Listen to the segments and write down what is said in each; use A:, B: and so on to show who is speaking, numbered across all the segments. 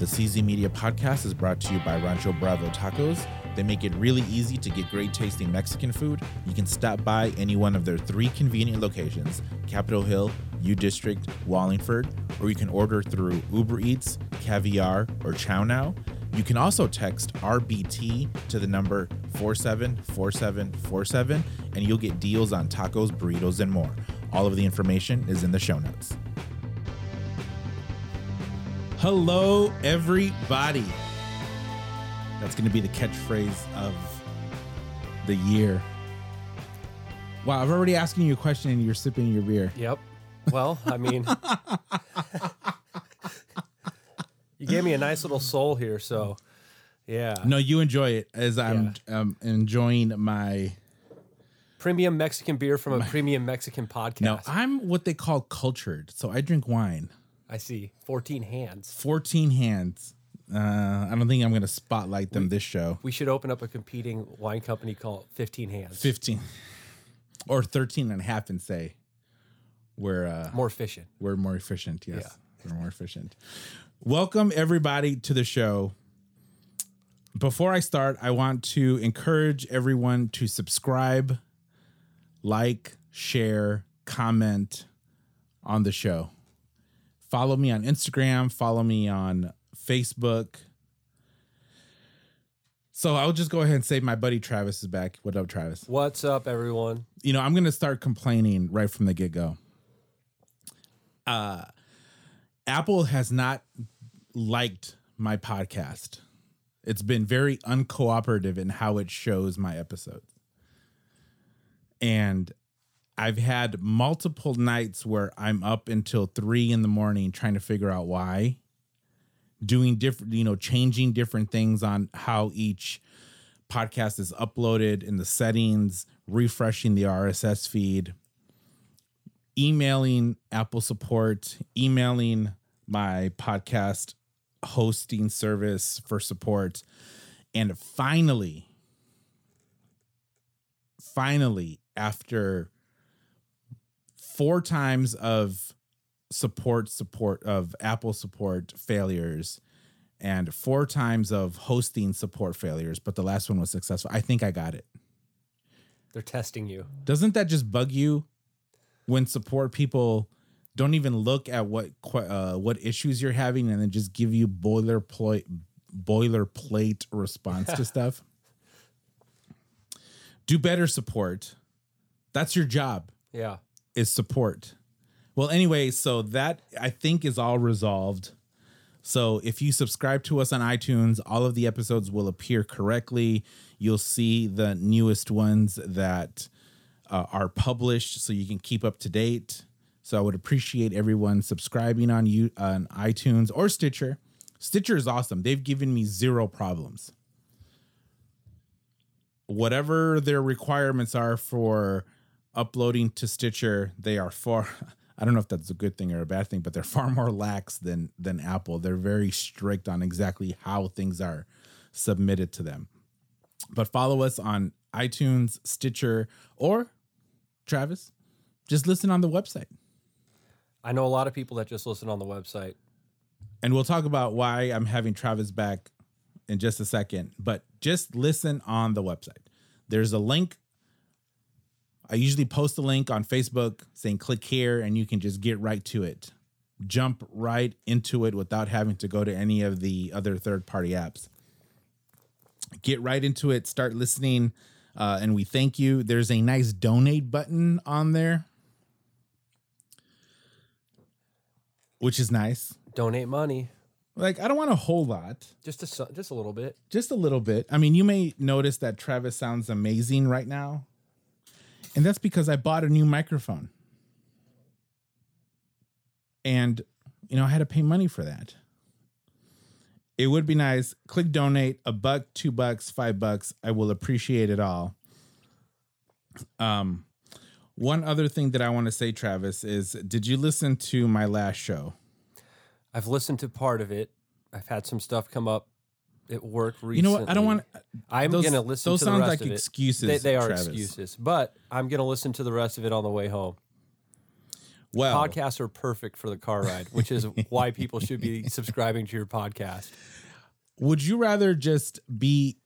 A: CZ Media podcast is brought to you by Rancho Bravo Tacos. They make it really easy to get great tasting Mexican food. You can stop by any one of their three convenient locations Capitol Hill, U District, Wallingford, or you can order through Uber Eats, Caviar, or Chow Now. You can also text RBT to the number 474747 and you'll get deals on tacos, burritos, and more. All of the information is in the show notes. Hello, everybody. That's going to be the catchphrase of the year. Wow, I've already asking you a question and you're sipping your beer.
B: Yep. Well, I mean, you gave me a nice little soul here, so yeah.
A: No, you enjoy it as I'm um, enjoying my.
B: Premium Mexican beer from a premium Mexican podcast.
A: No, I'm what they call cultured. So I drink wine.
B: I see. 14 hands.
A: 14 hands. Uh, I don't think I'm going to spotlight them this show.
B: We should open up a competing wine company called 15 Hands.
A: 15 or 13 and a half and say we're uh,
B: More efficient.
A: we're more efficient. Yes. We're more efficient. Welcome everybody to the show. Before I start, I want to encourage everyone to subscribe, like, share, comment on the show. Follow me on Instagram, follow me on Facebook. So I'll just go ahead and say my buddy Travis is back. What up, Travis?
B: What's up, everyone?
A: you know, I'm going to start complaining right from the get go. Uh, Apple has not liked my podcast. It's been very uncooperative in how it shows my episodes. And I've had multiple nights where I'm up until three in the morning trying to figure out why, doing different, you know, changing different things on how each podcast is uploaded in the settings, refreshing the RSS feed, emailing Apple support, emailing my podcast hosting service for support. And finally, finally, after four times of support, support of Apple support failures, and four times of hosting support failures, but the last one was successful. I think I got it.
B: They're testing you.
A: Doesn't that just bug you when support people don't even look at what que- uh, what issues you're having and then just give you boilerplate boilerplate response to stuff? Do better support. That's your job
B: Yeah.
A: is support. Well, anyway, so that I think is all resolved. So if you subscribe to us on iTunes, all of the episodes will appear correctly. You'll see the newest ones that uh, are published so you can keep up to date. So I would appreciate everyone subscribing on you on iTunes or Stitcher. Stitcher is awesome. They've given me zero problems whatever their requirements are for uploading to Stitcher, they are far. I don't know if that's a good thing or a bad thing, but they're far more lax than than Apple. They're very strict on exactly how things are submitted to them. But follow us on iTunes, Stitcher, or Travis. Just listen on the website.
B: I know a lot of people that just listen on the website.
A: and we'll talk about why I'm having Travis back in just a second, but just listen on the website. There's a link. I usually post a link on Facebook saying click here and you can just get right to it. Jump right into it without having to go to any of the other third party apps. Get right into it, start listening, uh, and we thank you. There's a nice donate button on there, which is nice.
B: Donate money.
A: Like, I don't want a whole lot,
B: Just a su- just a little bit.
A: just a little bit. I mean, you may notice that Travis sounds amazing right now. And that's because I bought a new microphone. And, you know, I had to pay money for that. It would be nice. Click donate a buck, two bucks, five bucks. I will appreciate it all. Um, one other thing that I want to say, Travis, is did you listen to my last show?
B: I've listened to part of it. I've had some stuff come up at work recently.
A: You know what? I don't want
B: I'm
A: those-
B: going to listen
A: those
B: to the
A: sound
B: rest
A: like
B: of it.
A: excuses,
B: They, they are
A: Travis.
B: excuses, but I'm going to listen to the rest of it on the way home.
A: Well,
B: Podcasts are perfect for the car ride, which is why people should be subscribing to your podcast.
A: would you rather just be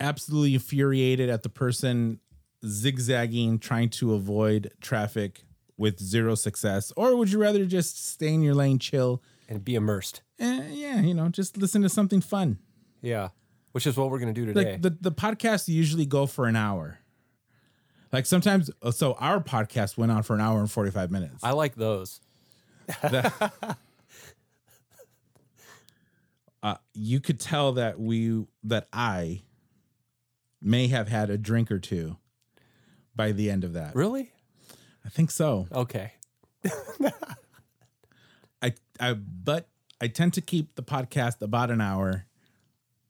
A: absolutely infuriated at the person zigzagging trying to avoid traffic with zero success or would you rather just stay in your lane chill
B: And be immersed.
A: and yeah you know just listen to something fun
B: Yeah. Which is what we're going to do
A: like
B: today.
A: the, the podcasts usually go for an hour like sometimes uh, so our podcast went on for an hour and 45 minutes
B: I like those.
A: uh, you could tell that we that i may have had a drink or two by the end of that
B: Really?
A: i think so
B: Okay.
A: I I but I tend to keep the podcast about an hour,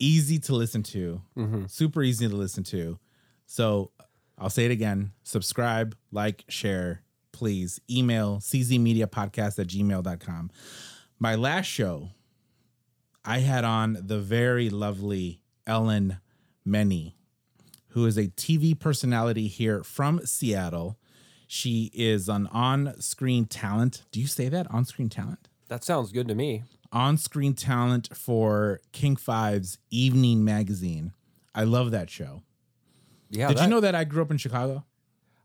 A: easy to listen to,
B: Mhm.
A: super easy to listen to. So I'll say it again. Subscribe, like, share, please. Email czmediapodcast at gmail.com. My last show, I had on the very lovely Ellen Many, who is a TV personality here from Seattle. She is an on screen talent. Do you say that? On screen talent?
B: That sounds good to me.
A: on screen talent for King Five's Evening Magazine. I love that show.
B: Yeah.
A: Did
B: that-
A: you know that I grew up in Chicago?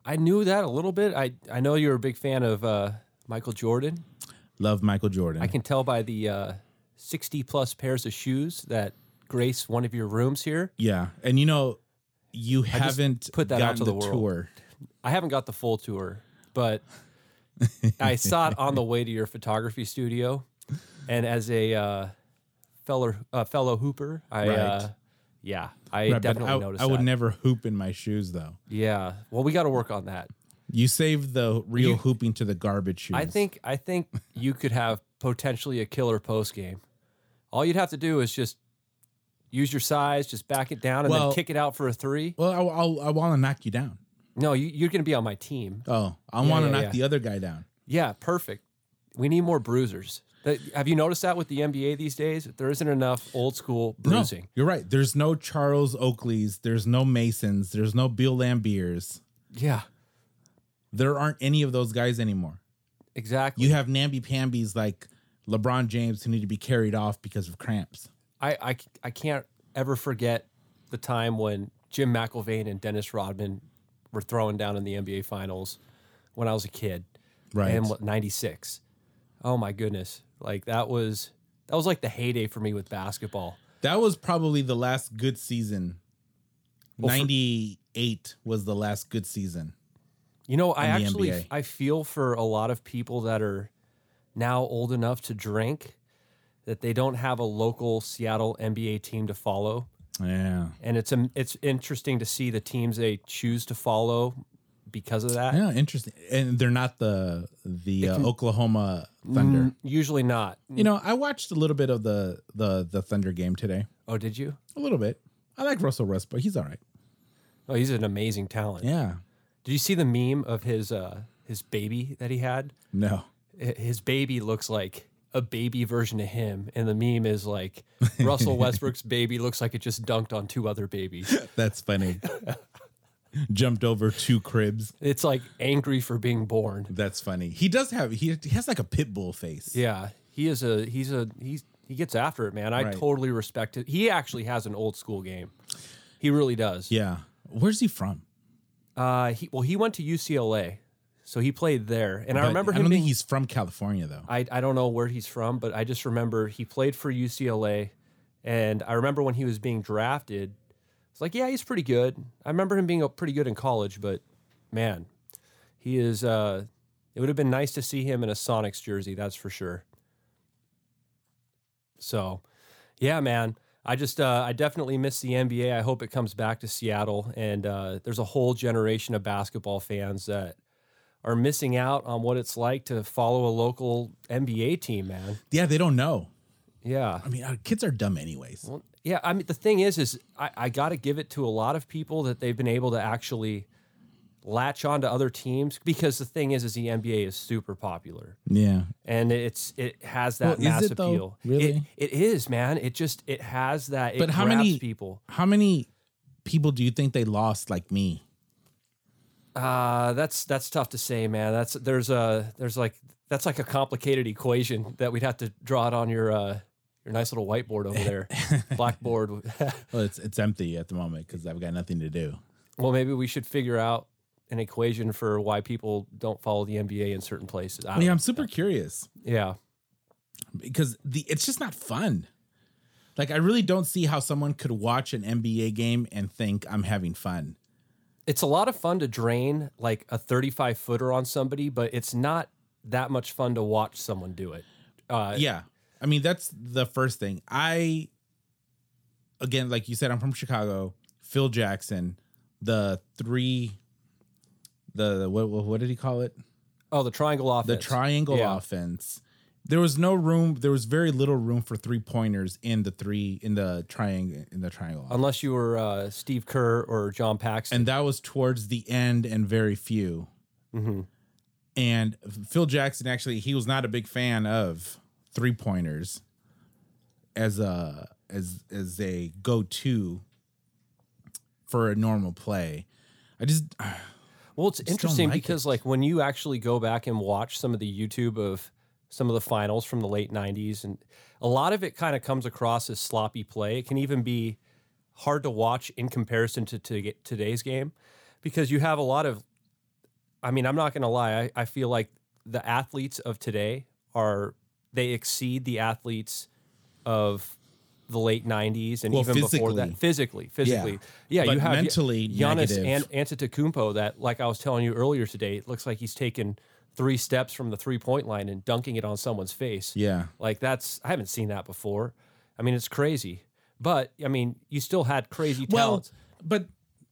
B: I knew that a little bit. I, I know you're a big fan of uh, Michael Jordan.
A: Love Michael Jordan.
B: I can tell by the uh, 60 plus pairs of shoes that grace one of your rooms here.
A: yeah. And you know, you haven't
B: put that out
A: gotten
B: to the world.
A: tour.
B: I haven't got the full tour, but I saw it on the way to your photography studio. And as a uh, fellow uh, fellow hooper, I
A: Right.
B: uh, yeah, I
A: Right, but
B: definitely
A: I,
B: noticed.
A: I would
B: that.
A: never hoop in my shoes though.
B: yeah, well, we got to work on that.
A: You save the real
B: You-
A: hooping to the garbage shoes.
B: I think I think you could have potentially a killer post game. All you'd have to do is just use your size, just back it down, and
A: Well-
B: then kick it out for a three.
A: Well, I, I'll, I want to knock you down.
B: No, you, you're going to be on my team.
A: Oh, I
B: Yeah,
A: want to
B: yeah,
A: knock
B: yeah.
A: the other guy down.
B: Yeah, perfect. We need more bruisers. That- have you noticed that with the NBA these days? There isn't enough old school bruising.
A: No, you're right. There's no Charles Oakleys. There's no Masons. There's no Bill Lambiers.
B: Yeah,
A: There aren't any of those guys anymore.
B: exactly.
A: You have namby pambies like LeBron James who need to be carried off because of cramps.
B: I, I c- I can't ever forget the time when Jim McElvain and Dennis Rodman were throwing down in the NBA Finals when I was a kid.
A: Right.
B: and what 96 oh my goodness like that was that was like the heyday for me with basketball
A: that was probably the last good season.
B: for-
A: 98 was the last good season.
B: you know i
A: In the
B: actually
A: NBA.
B: i feel for a lot of people that are now old enough to drink that they don't have a local seattle nba team to follow
A: Yeah.
B: and it's um, it's interesting to see the teams they choose to follow because of that
A: Yeah, interesting. And they're not the the uh, Oklahoma Thunder.
B: Mm, usually not
A: You know, I watched a little bit of the the the Thunder game today.
B: oh did you
A: A little bit. I like Russell Westbrook. He's all right.
B: oh he's an amazing talent
A: Yeah.
B: did you see the meme of his uh his baby that he had
A: No.
B: hi- his baby looks like a baby version of him, and the meme is like Russell Westbrook's baby looks like it just dunked on two other babies.
A: That's funny. Jumped over two cribs.
B: It's like angry for being born.
A: That's funny. He does have he, he has like a pit bull face.
B: Yeah, he is a he's a he's he gets after it, man. I
A: Right.
B: totally respect it. He actually has an old school game. He really does.
A: Yeah. Where's he from?
B: Uh, he well, he went to UCLA, so he played there, and I
A: But
B: remember
A: I
B: him
A: don't
B: being
A: think he's from California though.
B: I, I don't know where he's from, but I just remember he played for UCLA. And I remember when he was being drafted, it's like, yeah, he's pretty good. I remember him being uh, pretty good in college, but man, he is. Uh, it would have been nice to see him in a Sonics jersey, that's for sure. So, yeah, man, I just uh, I definitely miss the NBA. I hope it comes back to Seattle. And uh, there's a whole generation of basketball fans that are missing out on what it's like to follow a local NBA team, man.
A: yeah, they don't know.
B: Yeah.
A: I mean, our kids are dumb anyways.
B: Well, yeah, I mean the thing is is I, I gotta give it to a lot of people that they've been able to actually latch on to other teams because the thing is is the NBA is super popular
A: yeah.
B: and it's it has that
A: Well, is
B: mass
A: it though?
B: appeal. It-
A: Really?
B: it is, man. It just it has that it
A: But how
B: grabs
A: many-
B: people.
A: How many people do you think they lost like me?
B: Uh, that's that's tough to say, man. That's there's a there's like that's like a complicated equation that we'd have to draw it on your uh your nice little whiteboard over there, blackboard.
A: Well, it's it's empty at the moment because I've got nothing to do.
B: well, maybe we should figure out an equation for why people don't follow the NBA in certain places. I
A: I mean,
B: don't-
A: I'm super curious
B: yeah,
A: because the it's just not fun. Like I really don't see how someone could watch an NBA game and think I'm having fun.
B: it's a lot of fun to drain like a 35 footer on somebody, but it's not that much fun to watch someone do it. Uh,
A: yeah i mean that's the first thing i again like you said i'm from chicago phil jackson the three the what, what what did he call it
B: Oh, the triangle offense.
A: the triangle
B: Yeah.
A: offense there was no room there was very little room for three pointers in the three in the triangle in the triangle offense.
B: Unless you were uh, Steve Kerr or John Paxton.
A: and that was towards the end and very few
B: hmm
A: and Phil Jackson actually he was not a big fan of three pointers as a as as a go to for a normal play. I just
B: Well, it's
A: don't
B: interesting
A: like
B: because like when you actually go back and watch some of the YouTube of some of the finals from the late '90s, and a lot of it kind of comes across as sloppy play. It can even be hard to watch in comparison to, to get today's game because you have a lot of. I mean, I'm not going to lie. I, I feel like the athletes of today are they exceed the athletes of the late '90s and
A: Well,
B: even before that physically. Physically, yeah,
A: But
B: you have
A: mentally
B: Giannis
A: negative.
B: and Antetokounmpo that, like I was telling you earlier today, it looks like he's taken three steps from the three point line and dunking it on someone's face.
A: yeah.
B: Like that's I haven't seen that before. I mean, it's crazy. But I mean, you still had crazy
A: Well,
B: talents.
A: but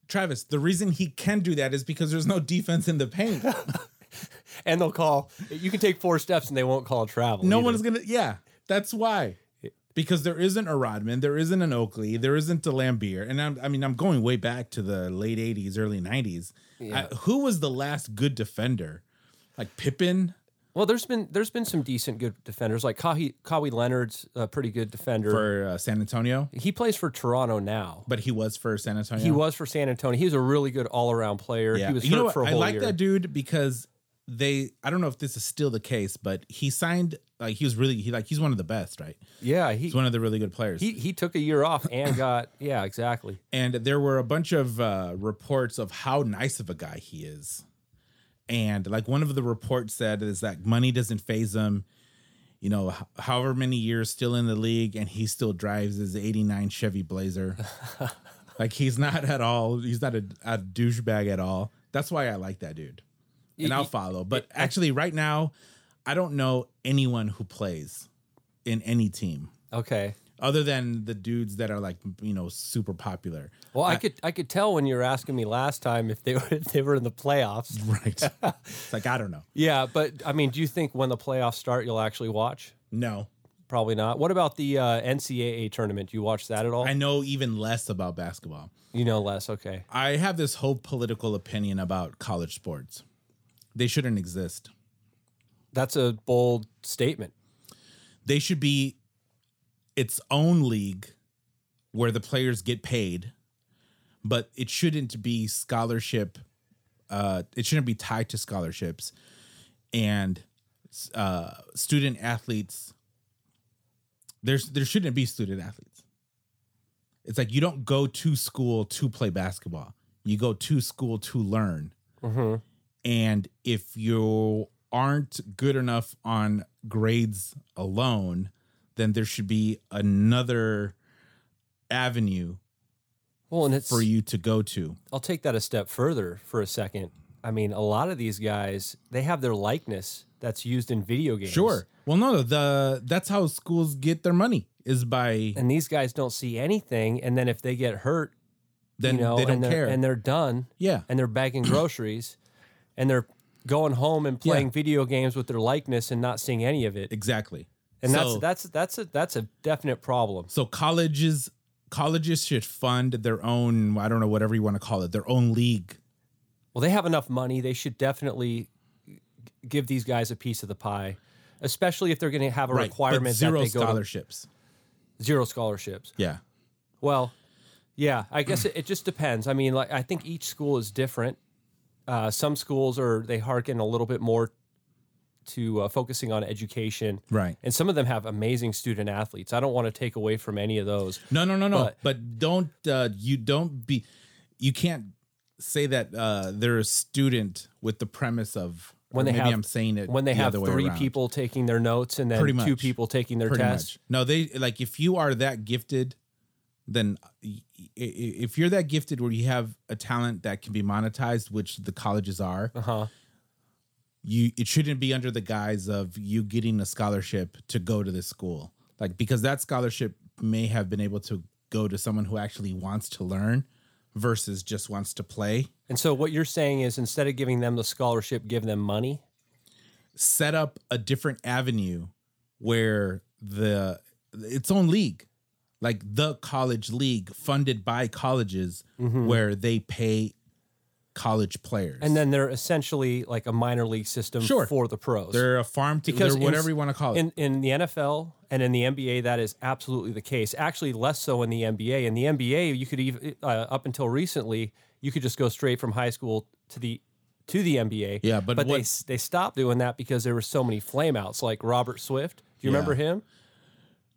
A: Travis, the reason he can do that is because there's no defense in the paint.
B: and they'll call you can take four steps and they won't call a travel.
A: No
B: either.
A: one's gonna. Yeah, that's why. Because there isn't a Rodman, there isn't an Oakley, there isn't a Lambeer, and I'm, I mean I'm going way back to the late '80s, early '90s. I- who was the last good defender? Like Pippen
B: Well, there's been there's been some decent good defenders. Like Kawhi, Kawhi Leonard's a pretty good defender.
A: for uh, San Antonio,
B: he plays for Toronto now.
A: but he was for San Antonio.
B: He was for San Antonio. He was a really good all around player.
A: Yeah.
B: He was
A: you know
B: hurt
A: what?
B: for a
A: I
B: whole
A: like
B: year.
A: that dude because they. I don't know if this is still the case, but he signed. Like he was really he like he's one of the best, right?
B: yeah, he
A: He's one of the really good players.
B: He he took a year off and got yeah exactly.
A: and there were a bunch of uh, reports of how nice of a guy he is and like one of the reports said is that money doesn't phase him you know h- however many years still in the league and he still drives his 89 chevy blazer like he's not at all he's not a, a douchebag at all that's why i like that dude and i'll follow but actually right now i don't know anyone who plays in any team
B: Okay.
A: other than the dudes that are like you know super popular
B: Well, I, could I could tell when you were asking me last time if they were if they were in the playoffs.
A: Right. it's like, I don't know.
B: Yeah, but I mean, do you think when the playoffs start you'll actually watch?
A: No.
B: Probably not. What about the uh, NCAA tournament? Do you watch that at all?
A: I know even less about basketball.
B: you know less. Okay.
A: I have this whole political opinion about college sports. They shouldn't exist.
B: That's a bold statement.
A: They should be its own league where the players get paid, but it shouldn't be scholarship. Uh, it shouldn't be tied to scholarships and uh, student athletes. There's there shouldn't be student athletes. It's like you don't go to school to play basketball. You go to school to learn.
B: Mhm.
A: And if you aren't good enough on grades alone, then there should be another avenue
B: Well, and it's
A: for you to go to.
B: I'll take that a step further for a second. I mean, a lot of these guys they have their likeness that's used in video games.
A: Sure. Well, no, the that's how schools get their money is by
B: and these guys don't see anything and then if they get hurt
A: then
B: you know
A: they don't
B: and, they're,
A: care.
B: and they're done
A: yeah.
B: and they're bagging groceries and they're going home and playing video games with their likeness and not seeing any of it
A: Exactly.
B: and
A: So-
B: that's that's that's a that's a definite problem
A: So colleges colleges should fund their own I don't know whatever you want to call it, their own league.
B: well they have enough money they should definitely g- give these guys a piece of the pie especially if they're going to have a
A: Right.
B: requirement
A: but zero
B: that they go
A: scholarships.
B: to zero scholarships
A: yeah.
B: Well, yeah, I guess it, it just depends. I mean, like I think each school is different, uh, some schools are they hearken a little bit more to uh, focusing on education,
A: Right.
B: and some of them have amazing student athletes. I don't want to take away from any of those.
A: No, no, no, no. But,
B: But-
A: don't uh, you don't be you can't say that uh, they're a student with the premise of
B: When
A: or
B: they
A: maybe
B: have-
A: I'm saying it
B: When they
A: the
B: have
A: other way
B: three
A: around.
B: people taking their notes and
A: Pretty
B: then two
A: much.
B: people taking their
A: Pretty
B: test,
A: much. No, they like if you are that gifted, then i- i- if you're that gifted where you have a talent that can be monetized, which the colleges are,
B: uh huh,
A: you it shouldn't be under the guise of you getting a scholarship to go to this school like because that scholarship may have been able to go to someone who actually wants to learn versus just wants to play
B: And so what you're saying is instead of giving them the scholarship, give them money.
A: set up a different avenue where the its own league like the college league funded by colleges where they pay college players
B: Mm-hmm. And then they're essentially like a minor league system
A: Sure.
B: for the pros.
A: they're a farm team
B: Because
A: they're
B: in-
A: whatever you want to call it
B: in, in the NFL and in the NBA, that is absolutely the case. Actually, less so in the NBA. In the NBA, you could even uh, up until recently, you could just go straight from high school to the to the NBA.
A: Yeah, but
B: but
A: what-
B: they s- they stopped doing that because there were so many flameouts, like Robert Swift. Do you
A: Yeah.
B: remember him?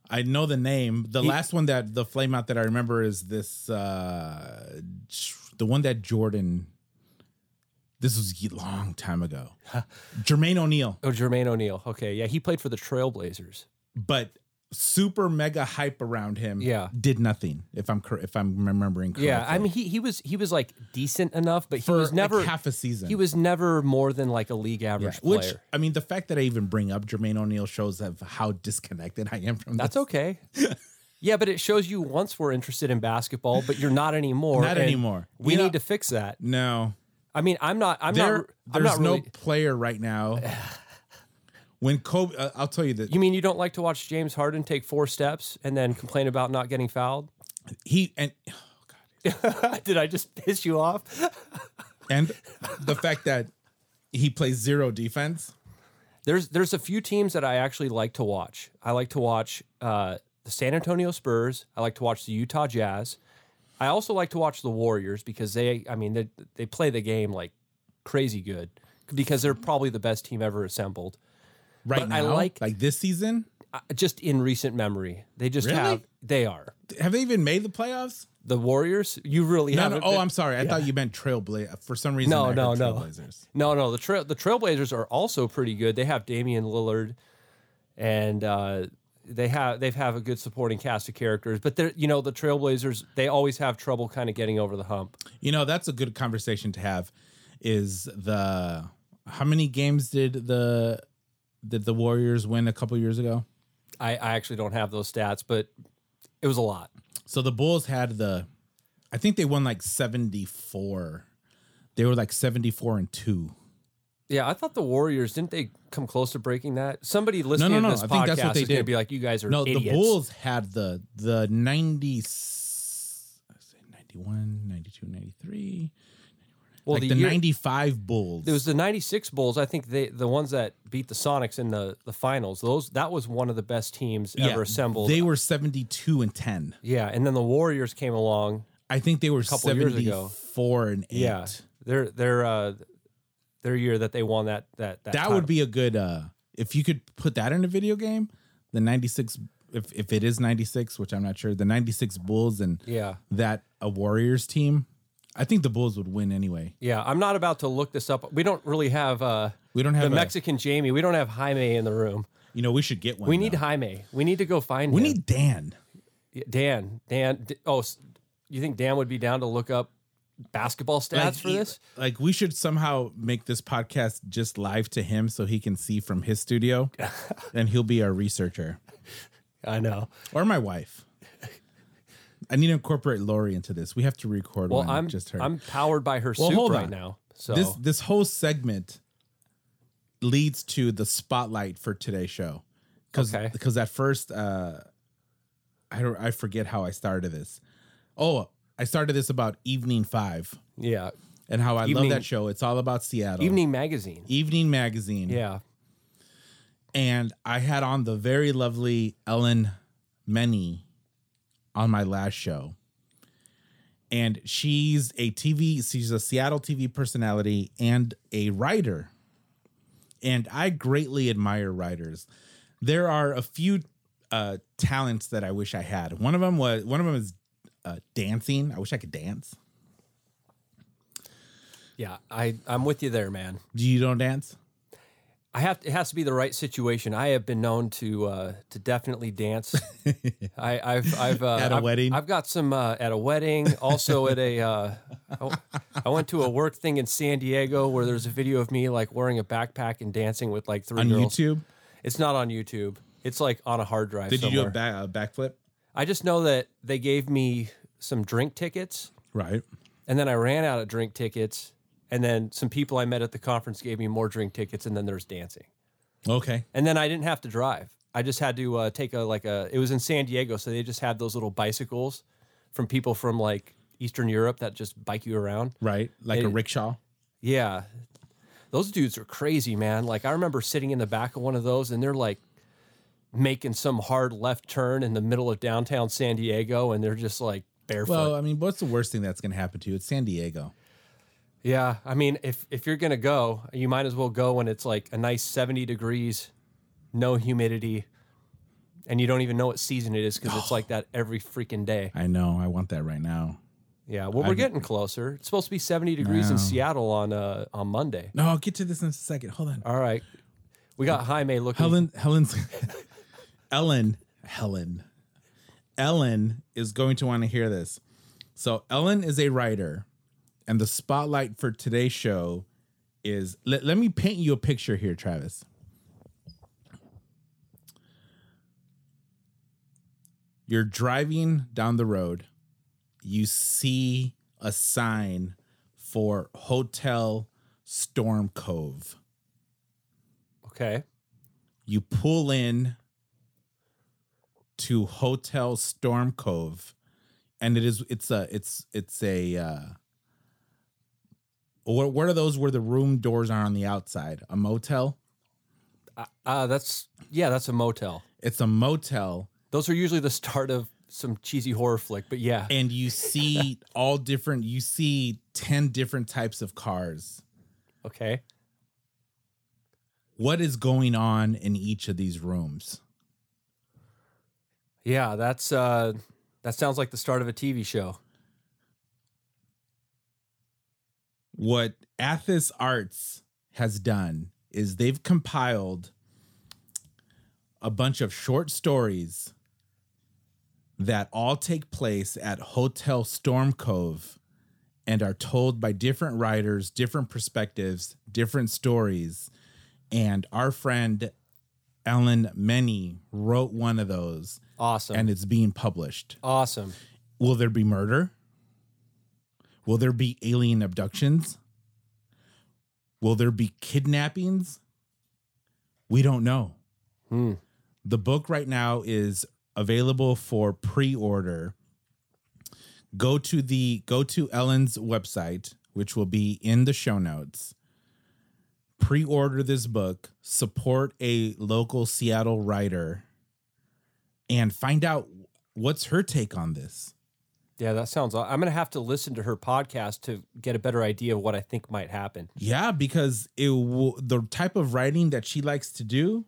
A: I know the name. The last one that the flame out that I remember is this uh the one that Jordan this was a long time ago. Jermaine O'Neal,
B: Oh, Jermaine O'Neal. Okay, yeah, he played for the Trailblazers.
A: but super mega hype around him.
B: Yeah.
A: Did nothing if I'm cor- if I'm remembering correctly.
B: Yeah, I mean, he he was he was like decent enough, but he
A: for
B: was never
A: like half a season.
B: he was never more than like a league average player.
A: which I mean the fact that I even bring up Jermaine O'Neal shows of how disconnected I am from
B: That's
A: this.
B: okay. yeah, but it shows you once were interested in basketball, but you're not anymore.
A: Not
B: and
A: anymore.
B: We
A: You know-
B: need to fix that.
A: No.
B: I mean, I'm not. I'm
A: There,
B: not. I'm
A: there's
B: not really.
A: no player right now. When Kobe, uh, I'll tell you that
B: You mean you don't like to watch James Harden take four steps and then complain about not getting fouled?
A: he and
B: Did I just piss you off?
A: and the fact that he plays zero defense.
B: There's there's a few teams that I actually like to watch. I like to watch uh, the San Antonio Spurs. I like to watch the Utah Jazz. I also like to watch the Warriors because they, I mean, they they play the game like crazy good because they're probably the best team ever assembled.
A: Right
B: But
A: now,
B: I like-
A: like this season,
B: Uh, Just in recent memory, they just
A: Really?
B: have they are
A: have they even made the playoffs?
B: the Warriors. You really
A: No, no.
B: haven't.
A: Oh,
B: been-
A: I'm sorry. I thought you meant Trailblazers. For some reason,
B: No,
A: I
B: no,
A: heard
B: no.
A: Trailblazers.
B: No, no, the trail the Trailblazers are also pretty good. They have Damian Lillard, and uh, they have they've have a good supporting cast of characters. But they're you know the Trailblazers they always have trouble kind of getting over the hump.
A: You know, that's a good conversation to have. Is the how many games did the did the Warriors win a couple years ago?
B: I, I actually don't have those stats, but it was a lot.
A: So the Bulls had the, I think they won like 74. They were like 74 and two.
B: Yeah, I thought the Warriors didn't they come close to breaking that? Somebody listening
A: no,
B: to this
A: I think
B: podcast
A: that's what they
B: is going to
A: did.
B: be like, you guys are
A: No,
B: idiots.
A: the Bulls had the the 90 I say 91, 92, 93.
B: Well,
A: like
B: the,
A: the,
B: year,
A: 95 Bulls.
B: it was the '96 Bulls. I think they the ones that beat the Sonics in the the finals. Those that was one of the best teams
A: Yeah,
B: ever assembled.
A: They were 72 and 10.
B: Yeah, and then the Warriors came along.
A: I think they were
B: Couple years ago.
A: 74 and 8.
B: Yeah, their their uh, their year that they won that that that,
A: That
B: title.
A: would be a good uh if you could put that in a video game, the 96 if if it is 96, which I'm not sure, the 96 Bulls and
B: yeah
A: that a Warriors team, I think the Bulls would win anyway.
B: yeah. I'm not about to look this up. We don't really have uh
A: We don't have
B: the
A: a-
B: Mexican Jamie. We don't have Jaime in the room.
A: You know, we should get one.
B: We need
A: though.
B: Jaime. We need to go find.
A: we
B: him.
A: need Dan.
B: Yeah, Dan. Dan. D- oh, s- you think Dan would be down to look up basketball stats
A: Like,
B: for
A: e-
B: this?
A: Like we should somehow make this podcast just live to him so he can see from his studio, and he'll be our researcher
B: I know.
A: or my wife. I need to incorporate Lori into this. We have to record
B: Well,
A: one
B: I'm
A: just her.
B: I'm powered by her
A: Well,
B: soup
A: hold
B: right
A: on.
B: now. So
A: This this whole segment leads to the spotlight for today's show. Cuz
B: Okay.
A: because at first uh I don't I forget how I started this. Oh, I started this about Evening 5
B: yeah,
A: and how I love
B: Evening-
A: that show. It's all about Seattle.
B: Evening Magazine.
A: Evening magazine.
B: Yeah.
A: And I had on the very lovely Ellen Many on my last show. and she's a TV, she's a Seattle TV personality and a writer. And I greatly admire writers. There are a few uh, talents that I wish I had. One of them was one of them is uh, dancing. I wish I could dance.
B: Yeah, I I'm with you there, man.
A: You don't dance?
B: I have it has to be the right situation. I have been known to uh, to definitely dance. I, I've I've uh,
A: At a
B: I've-
A: wedding?
B: I've got some uh, at a wedding. Also at a uh, I, I went to a work thing in San Diego where there's a video of me like wearing a backpack and dancing with like three
A: On
B: girls.
A: YouTube?
B: It's not on YouTube. It's like on a hard drive.
A: Did you do
B: somewhere.
A: a, ba- a backflip?
B: I just know that they gave me some drink tickets,
A: Right.
B: and then I ran out of drink tickets, and then some people I met at the conference gave me more drink tickets, and then there's dancing.
A: Okay.
B: And then I didn't have to drive. I just had to uh, take a like a. It was in San Diego, so they just had those little bicycles from people from like Eastern Europe that just bike you around.
A: Right. Like a
B: It-
A: rickshaw.
B: Yeah, those dudes are crazy, man. Like I remember sitting in the back of one of those, and they're like making some hard left turn in the middle of downtown San Diego, and they're just like barefoot.
A: Well, I mean, what's the worst thing that's going to happen to you? It's San Diego.
B: yeah, I mean, if if you're gonna go, you might as well go when it's like a nice seventy degrees, no humidity, and you don't even know what season it is because it's like that every freaking day.
A: I know. I want that right now.
B: Yeah, well, we're getting closer. It's supposed to be seventy degrees in
A: Wow.
B: Seattle on uh on Monday.
A: No, I'll get to this in a second. Hold on.
B: All right, we got Jaime looking.
A: Helen, Helen's, Ellen, Helen, Ellen is going to want to hear this. So Ellen is a writer, and the spotlight for today's show is. Let, let me paint you a picture here, Travis. You're driving down the road. You see a sign for Hotel Storm Cove
B: Okay,
A: you pull in to Hotel Storm Cove, and it is it's a it's it's a uh, what what are those where the room doors are on the outside? A motel?
B: uh, uh, that's yeah, that's a motel.
A: It's a motel,
B: Those are usually the start of some cheesy horror flick, but yeah,
A: and you see all different. You see ten different types of cars.
B: okay.
A: What is going on in each of these rooms?
B: Yeah, that's uh that sounds like the start of a TV show.
A: what Athos Arts has done is they've compiled a bunch of short stories that all take place at Hotel Storm Cove and are told by different writers, different perspectives, different stories. And our friend Ellen Many wrote one of those
B: Awesome.
A: and it's being published.
B: awesome.
A: Will there be murder? Will there be alien abductions? Will there be kidnappings? We don't know.
B: Hmm.
A: The book right now is available for pre-order. Go to the go to Ellen's website, which will be in the show notes. Pre-order this book, support a local Seattle writer and find out what's her take on this.
B: Yeah, that sounds aw- I'm going to have to listen to her podcast to get a better idea of what I think might happen.
A: Yeah, because it w- the type of writing that she likes to do,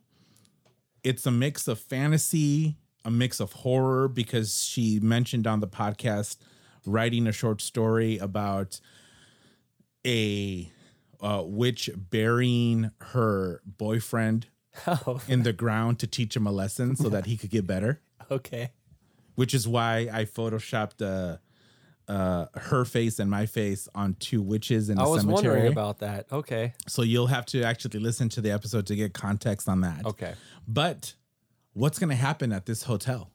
A: it's a mix of fantasy, a mix of horror because she mentioned on the podcast writing a short story about a uh, witch burying her boyfriend
B: Oh,
A: in the ground to teach him a lesson so that he could get better,
B: okay.
A: which is why I photoshopped uh, uh, her face and my face on two witches in a
B: I was
A: cemetery.
B: wondering about that. Okay.
A: So you'll have to actually listen to the episode to get context on that.
B: Okay.
A: But what's going to happen at this hotel?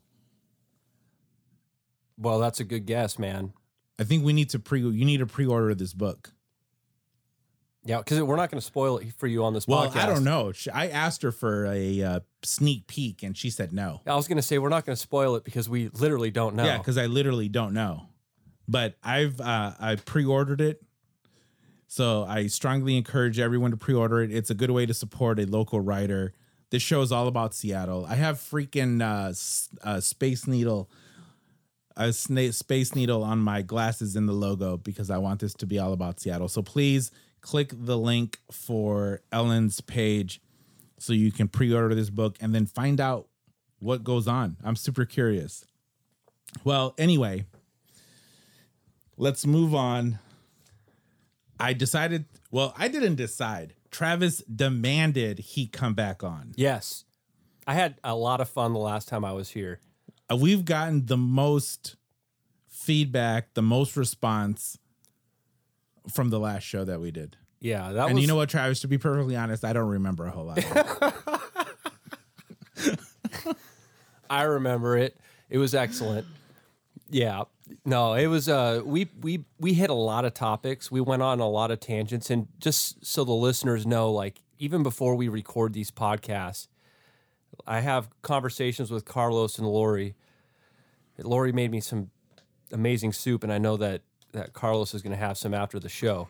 B: Well, that's a good guess, man.
A: I think we need to pre you need to pre-order this book.
B: Yeah, cuz we're not going to spoil it for you on this
A: Well,
B: podcast.
A: I don't know. She, I asked her for a uh, sneak peek and she said no.
B: I was going to say we're not going to spoil it because we literally don't know.
A: Yeah, cuz I literally don't know. But I've uh, I pre-ordered it. So I strongly encourage everyone to pre-order it. It's a good way to support a local writer. This show is all about Seattle. I have freaking uh, s- uh, Space Needle a sna- space needle on my glasses in the logo because I want this to be all about Seattle. So please click the link for Ellen's page so you can pre-order this book and then find out what goes on. I'm super curious. Well, anyway, let's move on. I decided, well, I didn't decide. Travis demanded he come back on.
B: Yes. I had a lot of fun the last time I was here.
A: Uh, We've gotten the most feedback, the most response from the last show that we did.
B: Yeah, that
A: And
B: was
A: you know what, Travis, to be perfectly honest, I don't remember a whole lot.
B: I remember it. It was excellent. Yeah. No, it was uh we we we hit a lot of topics. We went on a lot of tangents and just so the listeners know like even before we record these podcasts, I have conversations with Carlos and Lori. Lori made me some amazing soup and I know that that Carlos is going to have some after the show.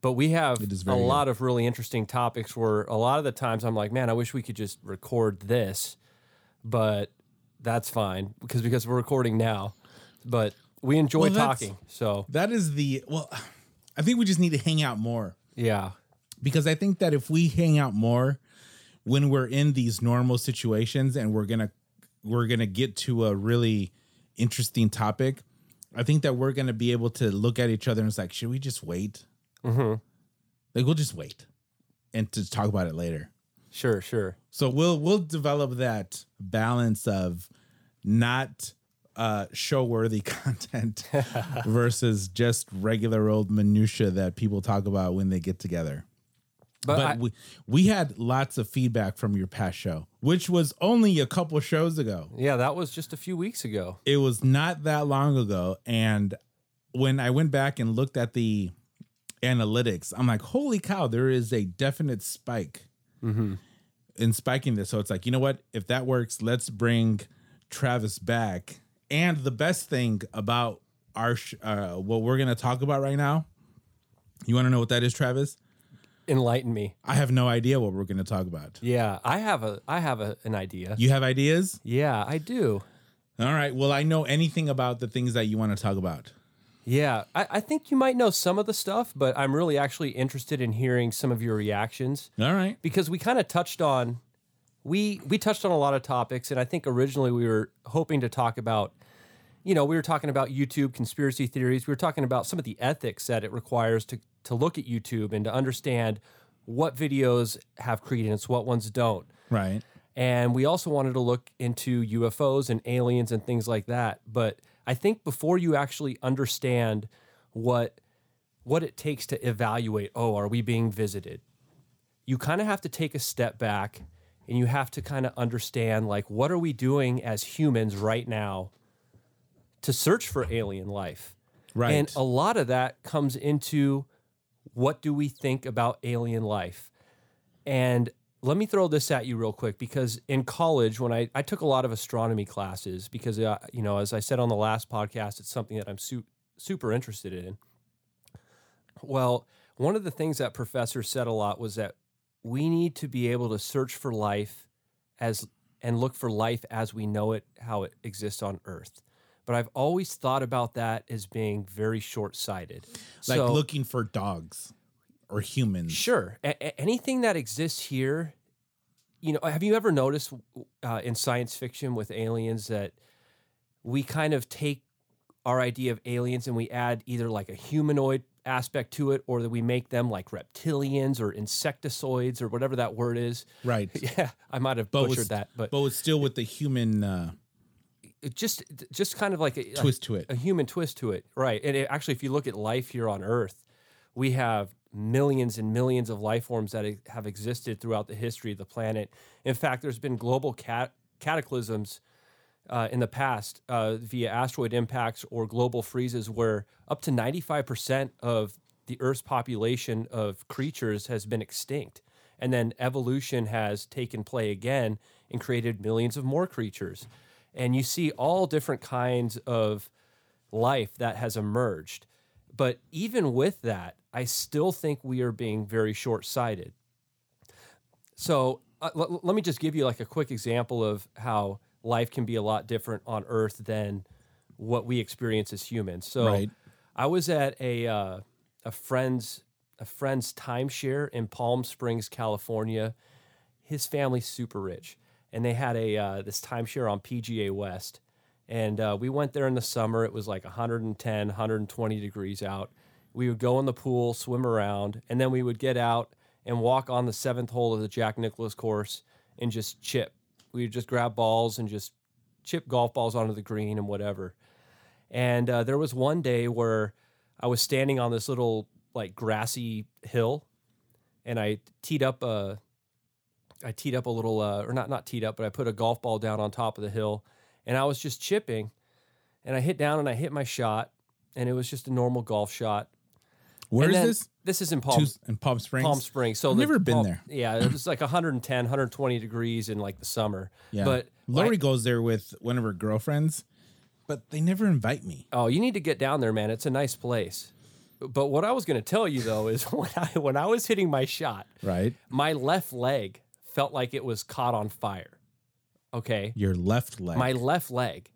B: But we have
A: is
B: a
A: very good.
B: lot of really interesting topics where a lot of the times I'm like, man, I wish we could just record this but that's fine because because we're recording now. But we enjoy
A: Well, that's-
B: talking. So
A: that is the well, I think we just need to hang out more
B: yeah,
A: because I think that if we hang out more when we're in these normal situations and we're gonna we're gonna get to a really interesting topic, I think that we're gonna be able to look at each other and it's like, should we just wait? Like we'll just wait and to talk about it later.
B: sure, sure.
A: So we'll we'll develop that balance of not uh show worthy content versus just regular old minutia that people talk about when they get together
B: But,
A: but
B: I-
A: we, we had lots of feedback from your past show which was only a couple shows ago
B: yeah, that was just a few weeks ago.
A: it was not that long ago and when i went back and looked at the analytics i'm like holy cow there is a definite spike
B: Mm-hmm.
A: in spiking this so it's like you know what if that works let's bring travis back and the best thing about our sh- uh, what we're gonna talk about right now you want to know what that is travis
B: Enlighten me.
A: i have no idea what we're gonna talk about
B: Yeah, I have a I have a, an idea.
A: You have ideas?
B: Yeah, I do.
A: All right. Well, I know anything about the things that you want to talk about.
B: Yeah, I, I think you might know some of the stuff, but I'm really actually interested in hearing some of your reactions
A: All right.
B: because we kind of touched on we we touched on a lot of topics and i think originally we were hoping to talk about you know we were talking about youtube conspiracy theories we were talking about some of the ethics that it requires to to look at youtube and to understand what videos have credence what ones don't
A: Right.
B: and we also wanted to look into UFOs and aliens and things like that. But I think before you actually understand what what it takes to evaluate, oh, are we being visited? You kind of have to take a step back and you have to kind of understand like what are we doing as humans right now to search for alien life?
A: Right.
B: And a lot of that comes into what do we think about alien life? And let me throw this at you real quick because in college, when I, I took a lot of astronomy classes, because, uh, you know, as I said on the last podcast, it's something that I'm su- super interested in. Well, one of the things that professor said a lot was that we need to be able to search for life as and look for life as we know it, how it exists on Earth. But I've always thought about that as being very short sighted.
A: like looking for dogs or humans.
B: Sure. A- a- anything that exists here, you know, have you ever noticed uh, in science fiction with aliens that we kind of take our idea of aliens and we add either like a humanoid aspect to it or that we make them like reptilians or insectoids or whatever that word is.
A: Right.
B: Yeah, I might have
A: But
B: butchered
A: with-
B: that, but,
A: But it's still with the human uh,
B: it just just kind of like a, a-
A: twist to it.
B: a human twist to it, right? And it, actually, if you look at life here on Earth, we have millions and millions of life forms that e- have existed throughout the history of the planet. In fact, there's been global cat- cataclysms uh, in the past uh, via asteroid impacts or global freezes, where up to 95% of the Earth's population of creatures has been extinct. And then evolution has taken play again and created millions of more creatures. And you see all different kinds of life that has emerged. But even with that, I still think we are being very short sighted. So uh, l- l- let me just give you like a quick example of how life can be a lot different on Earth than what we experience as humans. So
A: Right.
B: I was at a uh, a friend's a friend's timeshare in Palm Springs, California. His family's super rich, and they had a uh, this timeshare on PGA West. And uh, we went there in the summer. It was like 110, 120 degrees out. We would go in the pool, swim around, and then we would get out and walk on the seventh hole of the Jack Nicklaus course and just chip. We would just grab balls and just chip golf balls onto the green and whatever. And uh, there was one day where I was standing on this little like grassy hill, and I teed up a, I teed up a little, uh, or not not teed up, but I put a golf ball down on top of the hill, and I was just chipping, and I hit down and I hit my shot, and it was just a normal golf shot.
A: Where
B: And
A: is
B: then-
A: this?
B: This is in Palm,
A: Tues- in Palm Springs.
B: Palm Springs. So
A: I've
B: the
A: never been
B: Palm-
A: there.
B: Yeah, it was like 110, 120 degrees in like the summer.
A: Yeah.
B: But
A: Lori goes there with one of her girlfriends, but they never invite me.
B: Oh, you need to get down there, man. It's a nice place. But what I was going to tell you though is when I when I was hitting my shot,
A: Right.
B: my left leg felt like it was caught on fire. Okay?
A: Your left leg.
B: My left leg.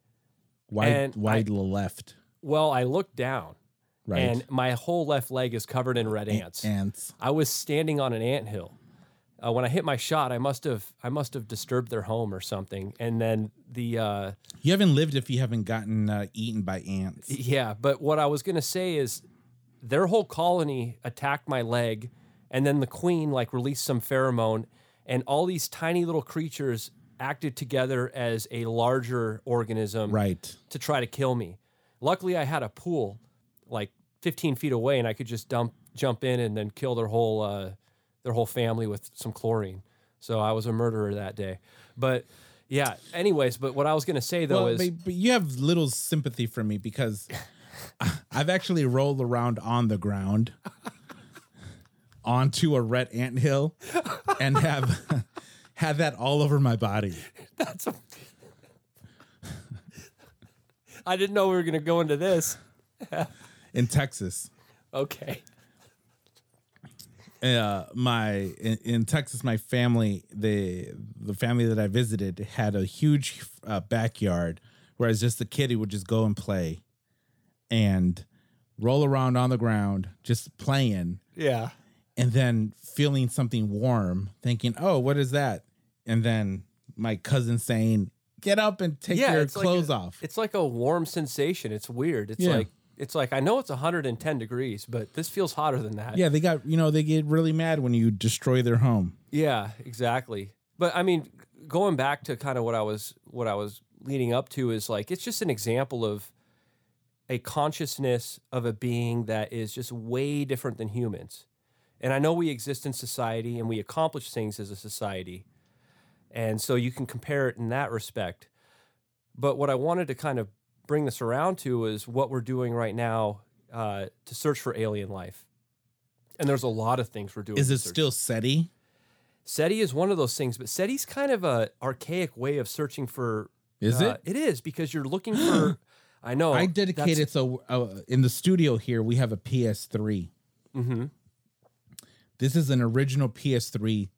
A: why
B: and
A: why
B: I-
A: the left?
B: Well, I looked down
A: Right.
B: and my whole left leg is covered in red ants.
A: Ants.
B: I was standing on an anthill. Uh, when I hit my shot, I must have I must have disturbed their home or something. And then the uh,
A: You haven't lived if you haven't gotten uh, eaten by ants.
B: Yeah, but what I was gonna say is their whole colony attacked my leg, and then the queen like released some pheromone, and all these tiny little creatures acted together as a larger organism
A: Right.
B: to try to kill me. Luckily, I had a pool like 15 feet away, and I could just dump jump in and then kill their whole uh, their whole family with some chlorine. So I was a murderer that day. But yeah, anyways, but what I was gonna say though
A: Well,
B: is
A: but, but you have little sympathy for me because I've actually rolled around on the ground onto a red ant hill and have had that all over my body.
B: That's. A- I didn't know we were going to go into this.
A: in Texas.
B: Okay.
A: Uh, my in, in Texas, my family, the the family that I visited had a huge uh, backyard where as just a kid, he would just go and play, and roll around on the ground, just playing,
B: Yeah.
A: and then feeling something warm, thinking, "Oh, what is that?" And then my cousin saying, "Get up and take
B: Yeah.
A: your
B: it's like
A: clothes
B: a-
A: off."
B: It's like a warm sensation. It's weird. It's
A: Yeah.
B: like it's like I know it's 110 degrees, but this feels hotter than that.
A: Yeah, they got you know they get really mad when you destroy their home.
B: Yeah, exactly. But I mean, going back to kind of what I was what I was leading up to is like it's just an example of a consciousness of a being that is just way different than humans. And I know we exist in society and we accomplish things as a society. And so you can compare it in that respect. But what I wanted to kind of bring this around to is what we're doing right now uh, to search for alien life. And there's a lot of things we're doing.
A: Is
B: to
A: it
B: search
A: still SETI?
B: SETI is one of those things, but SETI's kind of a archaic way of searching for.
A: Is
B: uh, oh,
A: it?
B: It is because you're looking for. I know.
A: I dedicated so uh, in the studio here we have a PS3.
B: hmm
A: This is an original PS3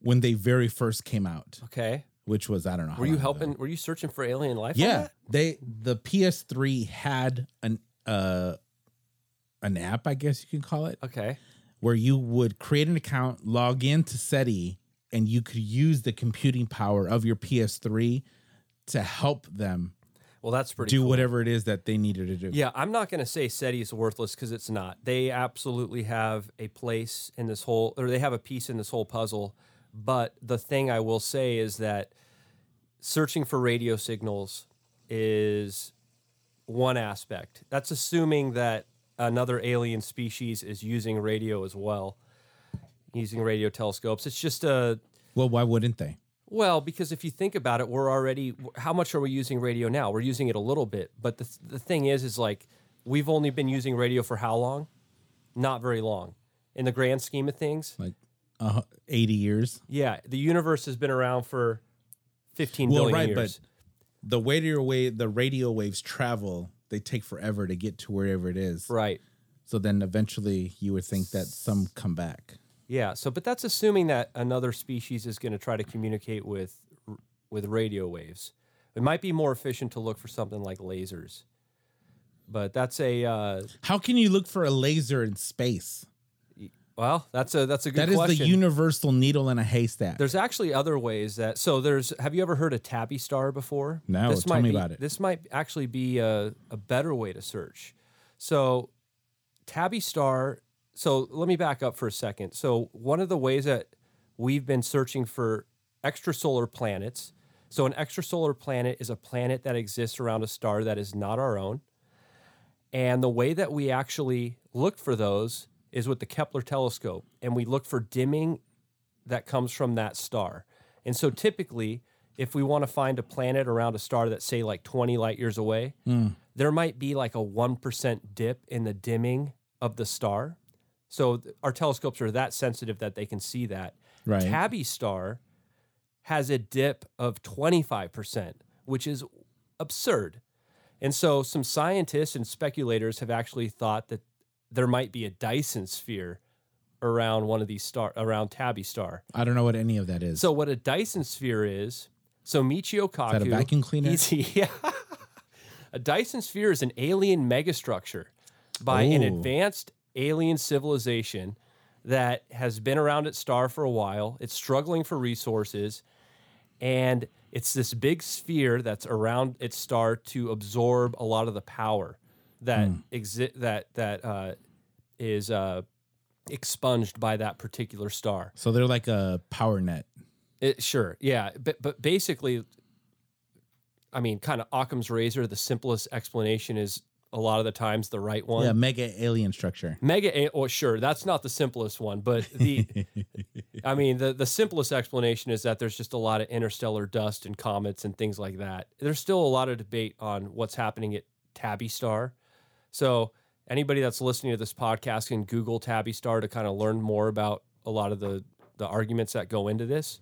A: when they very first came out,
B: Okay.
A: which was Oh, I don't know. how
B: Were you
A: long ago.
B: helping? Were you searching for alien life? on
A: Yeah,
B: that?
A: they the PS3 had an uh an app, I guess you can call it,
B: Okay.
A: where you would create an account, log into SETI, and you could use the computing power of your PS3 to help them
B: Well, that's pretty.
A: do
B: cool.
A: whatever it is that they needed to do.
B: Yeah, I'm not going to say SETI is worthless because it's not. They absolutely have a place in this whole, or they have a piece in this whole puzzle. But the thing I will say is that searching for radio signals is one aspect. That's assuming that another alien species is using radio as well, using radio telescopes. It's just a,
A: Well, why wouldn't they?
B: well, because if you think about it, we're already how much are we using radio now? We're using it a little bit, but the the thing is is like we've only been using radio for how long? Not very long. In the grand scheme of things,
A: Like uh, 80 years.
B: yeah, the universe has been around for 15
A: Well,
B: billion
A: right,
B: years.
A: the radio wave the radio waves travel they take forever to get to wherever it is
B: right.
A: so then eventually you would think that some come back
B: Yeah, so but that's assuming that another species is going to try to communicate with with radio waves. It might be more efficient to look for something like lasers. But that's a uh,
A: How can you look for a laser in space?
B: well, that's a that's a
A: That
B: good
A: is
B: question.
A: the universal needle in a haystack.
B: There's actually other ways that so there's have you ever heard of tabby star before?
A: No, tell
B: might
A: me
B: be-
A: about it.
B: This might actually be a, a better way to search. So tabby star so let me back up for a second. So one of the ways that we've been searching for extrasolar planets. So an extrasolar planet is a planet that exists around a star that is not our own. And the way that we actually look for those is with the Kepler telescope and we look for dimming that comes from that star. And so typically, if we want to find a planet around a star that's say like 20 light years away, there might be like a 1% dip in the dimming of the star. So th- our telescopes are that sensitive that they can see that.
A: Right.
B: Tabby star has a dip of 25%, which is absurd. And so some scientists and speculators have actually thought that there might be a Dyson sphere around one of these star around Tabby star.
A: I don't know what any of that is.
B: So what a Dyson sphere is? So Michio Kaku.
A: that a vacuum cleaner?
B: he's- yeah. a Dyson sphere is an alien megastructure by an
A: Ooh.
B: advanced alien civilization that has been around its star for a while. It's struggling for resources, and it's this big sphere that's around its star to absorb a lot of the power that
A: Hmm.
B: exi- that that uh, is uh, expunged by that particular star.
A: so they're like a power net.
B: It, Eh, sure, yeah, but but basically, I mean, kind of Occam's razor. The simplest explanation is a lot of the times the right one.
A: Yeah, mega alien structure.
B: Mega, a- well, sure, that's not the simplest one, but the, I mean, the the simplest explanation is that there's just a lot of interstellar dust and comets and things like that. There's still a lot of debate on what's happening at Tabby Star, so anybody that's listening to this podcast can Google Tabby Star to kind of learn more about a lot of the the arguments that go into this,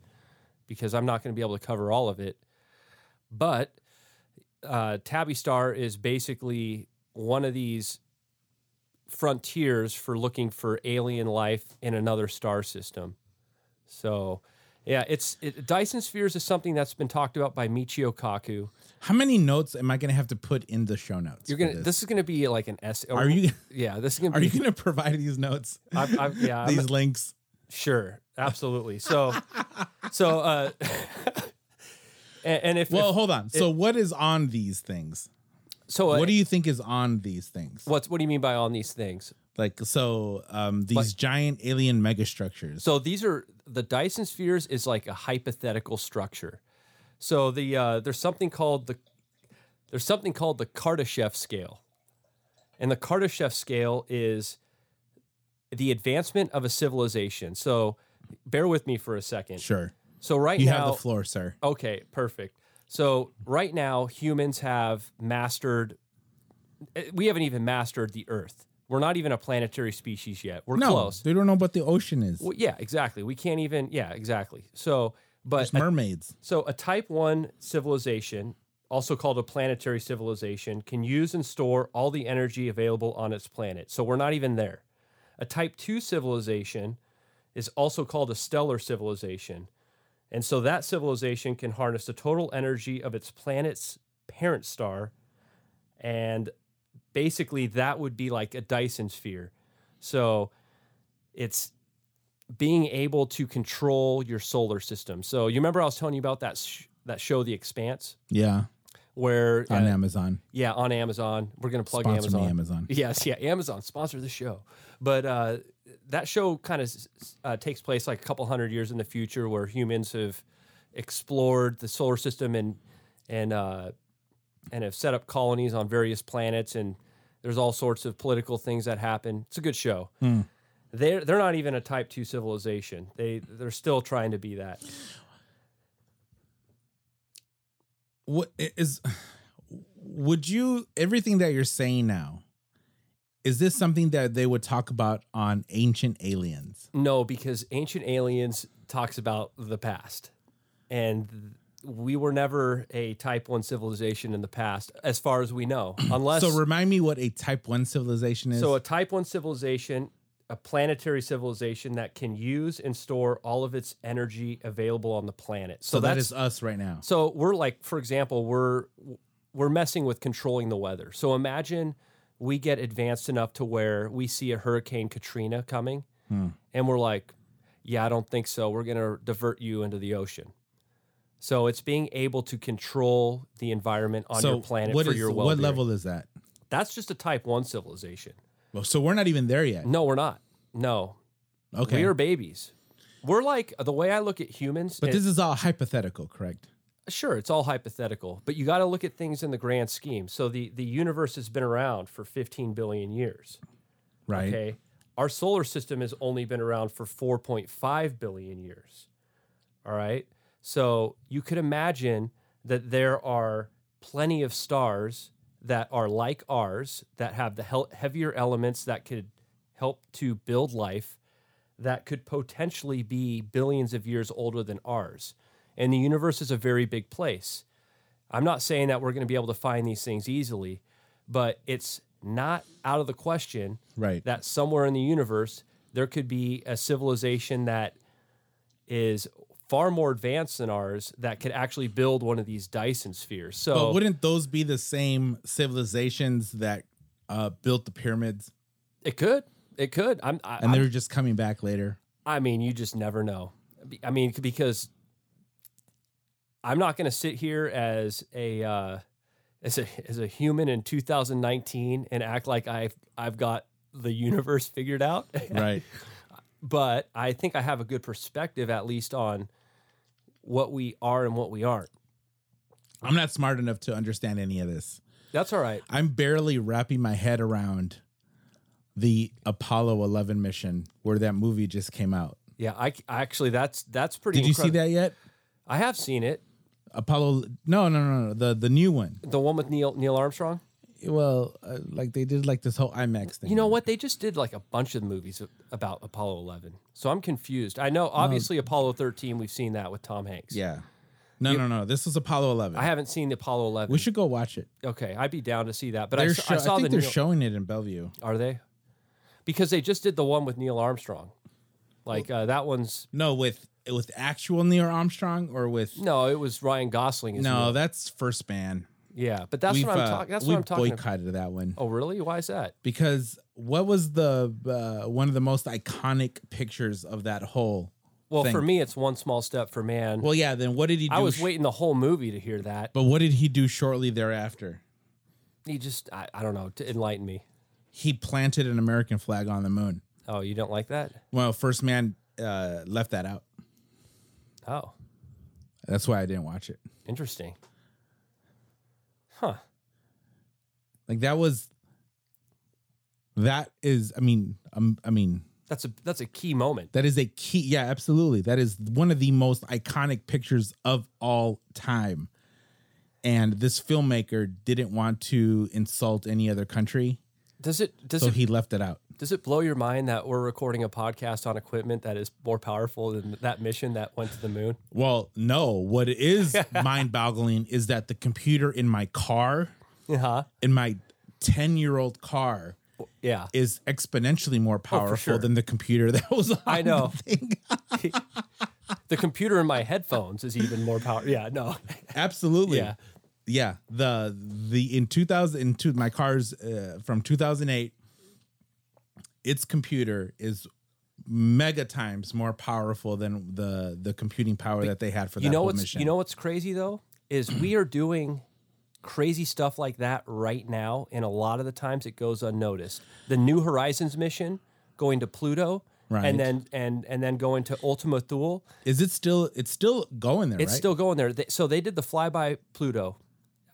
B: because I'm not going to be able to cover all of it, but uh, Tabby Star is basically one of these frontiers for looking for alien life in another star system. So, yeah, it's it, Dyson spheres is something that's been talked about by Michio Kaku.
A: How many notes am I going to have to put in the show notes?
B: You're
A: for
B: gonna this, is gonna be like an S.
A: Are you?
B: Yeah, this is gonna
A: Are
B: be.
A: you going to provide these notes?
B: I've, I've, yeah, Uh, I'm-
A: these links.
B: sure, absolutely. So, so, uh, and, and if,
A: Well, hold on. So, what is on these things?
B: if- so, uh,
A: What do you think is on these things?
B: what's what do you mean by on these things?
A: Like, so um, these giant alien megastructures.
B: So these are the Dyson spheres is like a hypothetical structure. So the uh, there's something called the there's something called the Kardashev scale, and the Kardashev scale is the advancement of a civilization. So bear with me for a second.
A: sure,
B: So right
A: you
B: now,
A: have the floor, sir.
B: Okay, perfect. So right now, humans have mastered. eh, We haven't even mastered the Earth. We're not even a planetary species yet. We're
A: No,
B: close.
A: they don't know what the ocean is.
B: Well, yeah, exactly. We can't even. Yeah, exactly. So, but
A: It's mermaids.
B: so a type 1 civilization, also called a planetary civilization, can use and store all the energy available on its planet. So we're not even there. A type 2 civilization is also called a stellar civilization. And so that civilization can harness the total energy of its planet's parent star. And basically, that would be like a Dyson sphere. So it's being able to control your solar system. So you remember I was telling you about that sh- that show The Expanse
A: Yeah,
B: where
A: on
B: uh,
A: Amazon.
B: yeah, on Amazon. We're going to plug
A: Sponsor
B: Amazon.
A: me, Amazon.
B: Yes, yeah, Amazon sponsor the show. But uh, that show kind of uh, takes place like a couple hundred years in the future, where humans have explored the solar system and and uh, and have set up colonies on various planets, and there's all sorts of political things that happen. It's a good show. They're they're not even a Type Two civilization. They they're still trying to be that.
A: what is would you everything that you're saying now is this something that they would talk about on ancient aliens
B: No, because Ancient Aliens talks about the past. And th- we were never a type 1 civilization in the past, as far as we know. Unless.
A: so remind me what a type 1 civilization is
B: So a type one civilization a planetary civilization that can use and store all of its energy available on the planet. So,
A: So that
B: that's
A: is us right now.
B: so we're like, for example, we're we're messing with controlling the weather. So imagine we get advanced enough to where we see a Hurricane Katrina coming,
A: Hmm.
B: and we're like, "Yeah, I don't think so. We're gonna divert you into the ocean." So it's being able to control the environment on
A: so
B: your planet
A: what
B: for
A: is-
B: your well
A: what level is that?
B: That's just a Type One civilization.
A: Well, so we're not even there yet.
B: No, we're not. No,
A: Okay,
B: we are babies. We're like the way I look at humans.
A: but
B: it-
A: this is all hypothetical, correct?
B: sure it's all hypothetical but you got to look at things in the grand scheme so the the universe has been around for 15 billion years
A: Right.
B: okay our solar system has only been around for 4.5 billion years all right so you could imagine that there are plenty of stars that are like ours that have the hel- heavier elements that could help to build life that could potentially be billions of years older than ours. And the universe is a very big place. I'm not saying that we're going to be able to find these things easily, but it's not out of the question
A: Right.
B: that somewhere in the universe there could be a civilization that is far more advanced than ours that could actually build one of these Dyson spheres. So
A: But wouldn't those be the same civilizations that uh, built the pyramids
B: it could, it could. I'm, I,
A: and they're just coming back later?
B: I mean, you just never know. Be- I mean, c- because I'm not going to sit here as a uh, as a as a human in 2019 and act like I've I've got the universe figured out.
A: Right.
B: but I think I have a good perspective, at least on what we are and what we aren't.
A: I'm not smart enough to understand any of this.
B: That's all right.
A: I'm barely wrapping my head around the Apollo 11 mission where that movie just came out.
B: Yeah, I, c- I actually that's that's pretty.
A: Did you see
B: incredi-
A: that yet?
B: I have seen it.
A: Apollo No, no, no, no, the the new one.
B: The one with Neil Neil Armstrong.
A: Well, uh, like they did like this whole IMAX thing.
B: You know what? They just did like a bunch of movies about Apollo 11. So I'm confused. I know, obviously, Apollo 13, we've seen that with Tom Hanks.
A: Um, Yeah. No, no, no. This was Apollo 11.
B: I haven't seen the Apollo 11.
A: we should go watch it.
B: okay, I'd be down to see that. But I,
A: They're
B: s-
A: show-
B: I
A: I,
B: saw
A: think
B: the
A: they're
B: Neil-
A: showing it in Bellevue.
B: Are they? Because they just did the one with Neil Armstrong. Like uh, that one's.
A: No, with with actual Neil Armstrong or with
B: No, it was Ryan Gosling. as
A: No,
B: Neil.
A: that's first man.
B: Yeah, but that's
A: we've
B: what I'm
A: uh,
B: talking. That's
A: we've
B: what I'm talking. about.
A: boycotted that one.
B: Oh, really? Why is that?
A: because what was the uh, one of the most iconic pictures of that whole?
B: Well,
A: Thing.
B: for me, it's one small step for man.
A: Well, yeah. Then what did he? do
B: I was
A: sh-
B: waiting the whole movie to hear that.
A: But what did he do shortly thereafter?
B: He just, I, I don't know, to enlighten me.
A: He planted an American flag on the moon.
B: Oh, you don't like that?
A: Well, first man uh, left that out.
B: Oh.
A: That's why I didn't watch it.
B: Interesting. Huh.
A: Like that was. That is, I mean, um, I mean,
B: That's a that's a key moment.
A: that is a key. Yeah, absolutely. That is one of the most iconic pictures of all time. And this filmmaker didn't want to insult any other country.
B: Does it does
A: So
B: it
A: he left it out.
B: does it blow your mind that we're recording a podcast on equipment that is more powerful than that mission that went to the moon?
A: Well, no. What is mind boggling is that the computer in my car,
B: Uh-huh.
A: in my 10 year old car,
B: Yeah.
A: is exponentially more powerful
B: sure.
A: than the computer that was on
B: I know.
A: the thing.
B: The computer in my headphones is even more powerful. Yeah, no.
A: Absolutely.
B: Yeah.
A: Yeah. The the in 2000 in two, my car's uh, from 2008 its computer is mega times more powerful than the the computing power that they had for
B: You
A: that
B: know
A: whole
B: what's
A: mission.
B: you know what's crazy though is we are doing crazy stuff like that right now and a lot of the times it goes unnoticed. The New Horizons mission going to Pluto
A: Right.
B: and then and and then going to Ultima Thule
A: is it still it's still going there,
B: It's
A: right?
B: still going there. They, so they did the flyby Pluto.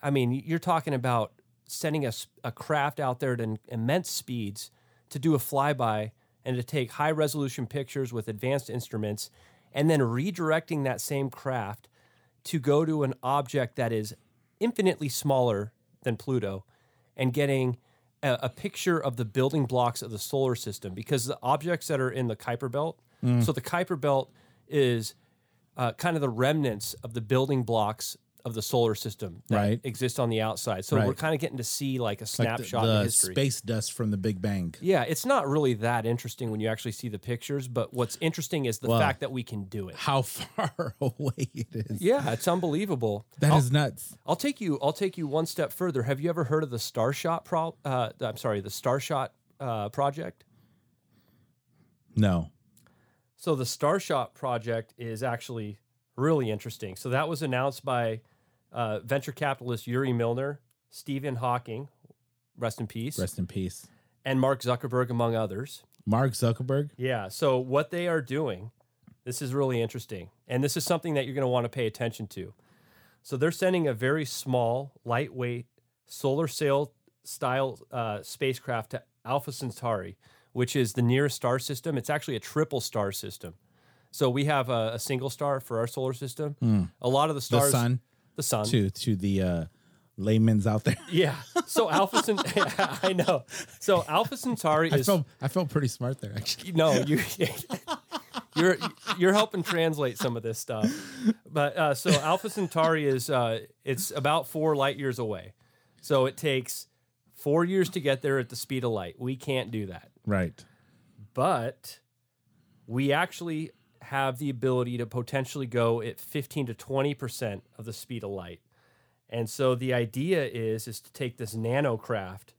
B: I mean, you're talking about sending a, s- a craft out there at an immense speeds to do a flyby and to take high resolution pictures with advanced instruments and then redirecting that same craft to go to an object that is infinitely smaller than Pluto and getting a, a picture of the building blocks of the solar system because the objects that are in the Kuiper Belt.
A: Mm.
B: So the Kuiper Belt is uh, kind of the remnants of the building blocks of the solar system that
A: Right.
B: exist on the outside. So
A: Right.
B: we're kind of getting to see like a
A: Like
B: snapshot
A: the,
B: of
A: the
B: history.
A: space dust from the Big Bang.
B: yeah, it's not really that interesting when you actually see the pictures, but what's interesting is the
A: Well-
B: fact that we can do it.
A: How far away it is.
B: Yeah, it's unbelievable.
A: That is
B: I'll,
A: nuts.
B: I'll take you. I'll take you one step further. Have you ever heard of the Starshot? Pro, uh, I'm sorry, the Starshot uh, project.
A: No.
B: So the Starshot project is actually really interesting. So that was announced by uh, venture capitalist Yuri Milner, Stephen Hawking, rest in peace,
A: Rest in peace.
B: and Mark Zuckerberg, among others.
A: Mark Zuckerberg.
B: Yeah. So what they are doing, this is really interesting, and this is something that you're going to want to pay attention to. So they're sending a very small, lightweight solar sail style uh, spacecraft to Alpha Centauri, which is the nearest star system. It's actually a triple star system. So we have a, a single star for our solar system. A lot of
A: Hmm.
B: the
A: The
B: stars,
A: sun
B: the sun.
A: to to the uh layman's out there.
B: Yeah. So Alpha Centauri, I know. So Alpha Centauri
A: I
B: is
A: felt I felt pretty smart there actually.
B: no you you're you're helping translate some of this stuff but uh, so alpha centauri is uh, it's about four light years away so it takes four years to get there at the speed of light we can't do that
A: Right.
B: but we actually have the ability to potentially go at 15 to 20% of the speed of light. And so the idea is is to take this nanocraft.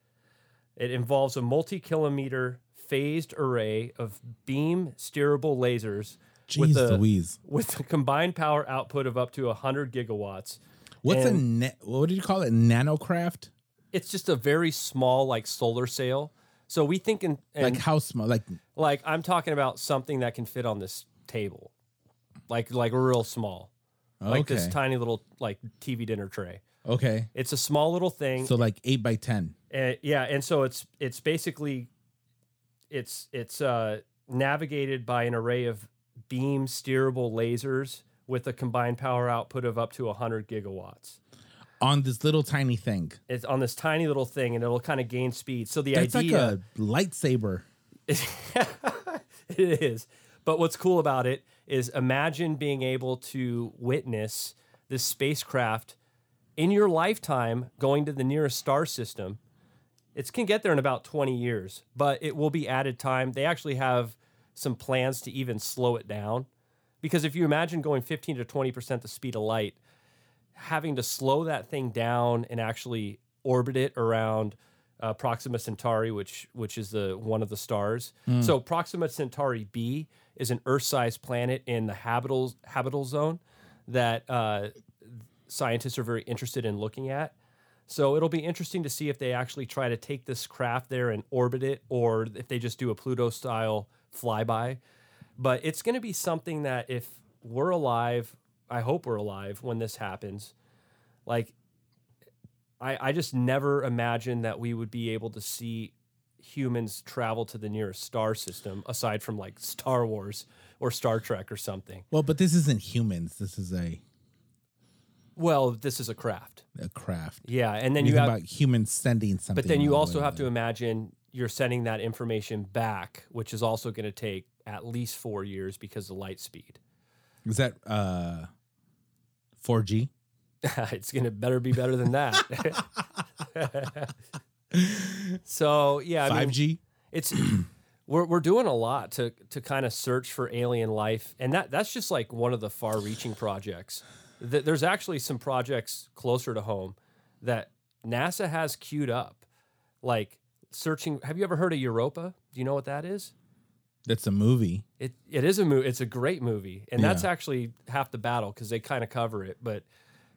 B: It involves a multi-kilometer phased array of beam steerable lasers
A: Jeez
B: a-
A: Louise.
B: with a combined power output of up to 100 gigawatts.
A: What's a
B: and-
A: na- what did you call it? Nanocraft?
B: It's just a very small like solar sail. So we think in, in
A: like how small? Like
B: Like I'm talking about something that can fit on this table, like like real small, like
A: okay.
B: this tiny little like TV dinner tray.
A: okay.
B: It's a small little thing,
A: So like eight by ten.
B: and yeah, and so it's it's basically, it's it's uh, navigated by an array of beam steerable lasers with a combined power output of up to 100 gigawatts.
A: on this little tiny thing.
B: It's on this tiny little thing, and it'll kind of gain speed. So the
A: That's
B: idea
A: like a lightsaber.
B: it is. But what's cool about it is imagine being able to witness this spacecraft in your lifetime going to the nearest star system. It can get there in about 20 years, but it will be added time. They actually have some plans to even slow it down. Because if you imagine going 15 to 20% the speed of light, having to slow that thing down and actually orbit it around uh, Proxima Centauri, which which is the one of the stars. So Proxima Centauri b is an Earth-sized planet in the habitable habitable zone that uh, scientists are very interested in looking at. So it'll be interesting to see if they actually try to take this craft there and orbit it, or if they just do a Pluto-style flyby but it's going to be something that if we're alive, I hope we're alive when this happens. Like, I I just never imagined that we would be able to see humans travel to the nearest star system aside from like Star Wars or Star Trek or something.
A: Well, but this isn't humans. This is a,
B: Well, this is a craft.
A: a craft.
B: Yeah, and then
A: You
B: you
A: think
B: have
A: about humans sending something.
B: But then you
A: all the
B: also
A: way
B: have
A: there.
B: to imagine you're sending that information back, which is also going to take at least 4 years because of light speed.
A: Is that uh, 4G?
B: it's gonna better be better than that. so yeah, I mean,
A: 5G?
B: it's we're we're doing a lot to to kind of search for alien life, and that that's just like one of the far-reaching projects. Th- There's actually some projects closer to home that NASA has queued up, like searching. Have you ever heard of Europa? Do you know what that is?
A: That's a movie.
B: It it is a movie. It's a great movie, and that's
A: Yeah.
B: actually half the battle because they kind of cover it. But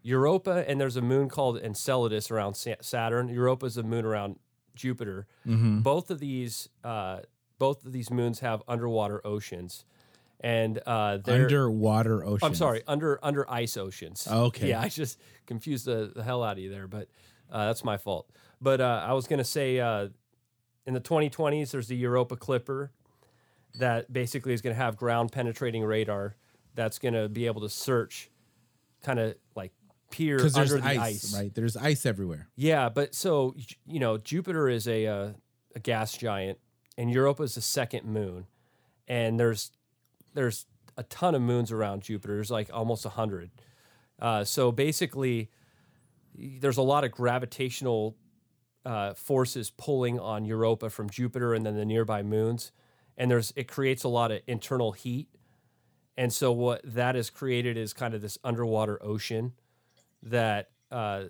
B: Europa and there's a moon called Enceladus around Sa- Saturn. Europa is a moon around Jupiter.
A: Mm-hmm.
B: Both of these uh, both of these moons have underwater oceans, and uh, they're
A: Underwater ocean.
B: I'm sorry, under under ice oceans.
A: Okay.
B: Yeah, I just confused the, the hell out of you there, but uh, that's my fault. But uh, I was gonna say uh, in the 2020s, there's the Europa Clipper that basically is gonna have ground penetrating radar that's gonna be able to search, kind of like peer
A: Because there's
B: under the
A: ice,
B: ice.
A: right? There's ice everywhere.
B: Yeah, but so y- you know, Jupiter is a uh, a gas giant, and Europa is the second moon, and there's there's a ton of moons around Jupiter. There's like almost a hundred, Uh, so basically, there's a lot of gravitational uh, forces pulling on Europa from Jupiter and then the nearby moons, and there's it creates a lot of internal heat, and so what that has created is kind of this underwater ocean that uh,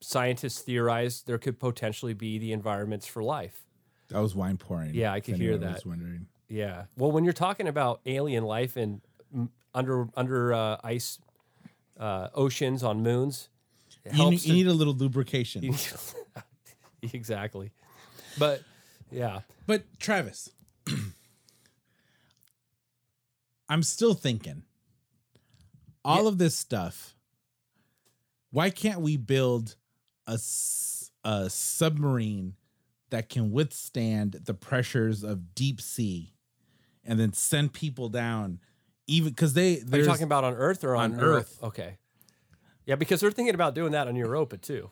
B: scientists theorize there could potentially be the environments for life.
A: That was wine pouring.
B: Yeah, I could
A: if
B: hear
A: anyone
B: that.
A: was wondering.
B: Yeah. Well, when you're talking about alien life and mm, under under uh, ice uh, oceans on moons, it
A: You,
B: helps
A: ne- you need a little lubrication.
B: to- exactly. But yeah,
A: But Travis, I'm still thinking all of this stuff. Why can't we build a, s- a submarine that can withstand the pressures of deep sea and then send people down? Even because they,
B: are you
A: they're
B: talking about on Earth or on,
A: on Earth.
B: Okay. Yeah, because they're thinking about doing that on Europa too.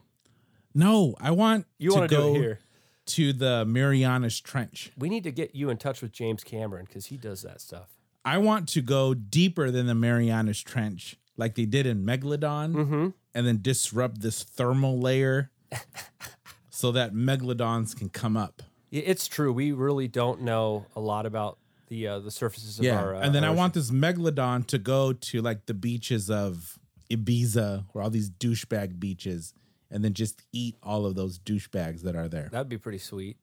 A: no, I want
B: You
A: to
B: want to do
A: go
B: it here?
A: to the Marianas Trench.
B: We need to get you in touch with James Cameron because he does that stuff.
A: I want to go deeper than the Marianas Trench, like they did in Megalodon, and then disrupt this thermal layer so that Megalodons can come up.
B: Yeah, It's true. We really don't know a lot about the uh, the surfaces of
A: Yeah.
B: our. Uh,
A: and then I
B: ocean.
A: want this Megalodon to go to like the beaches of Ibiza or all these douchebag beaches and then just eat all of those douchebags that are there.
B: that'd be pretty sweet.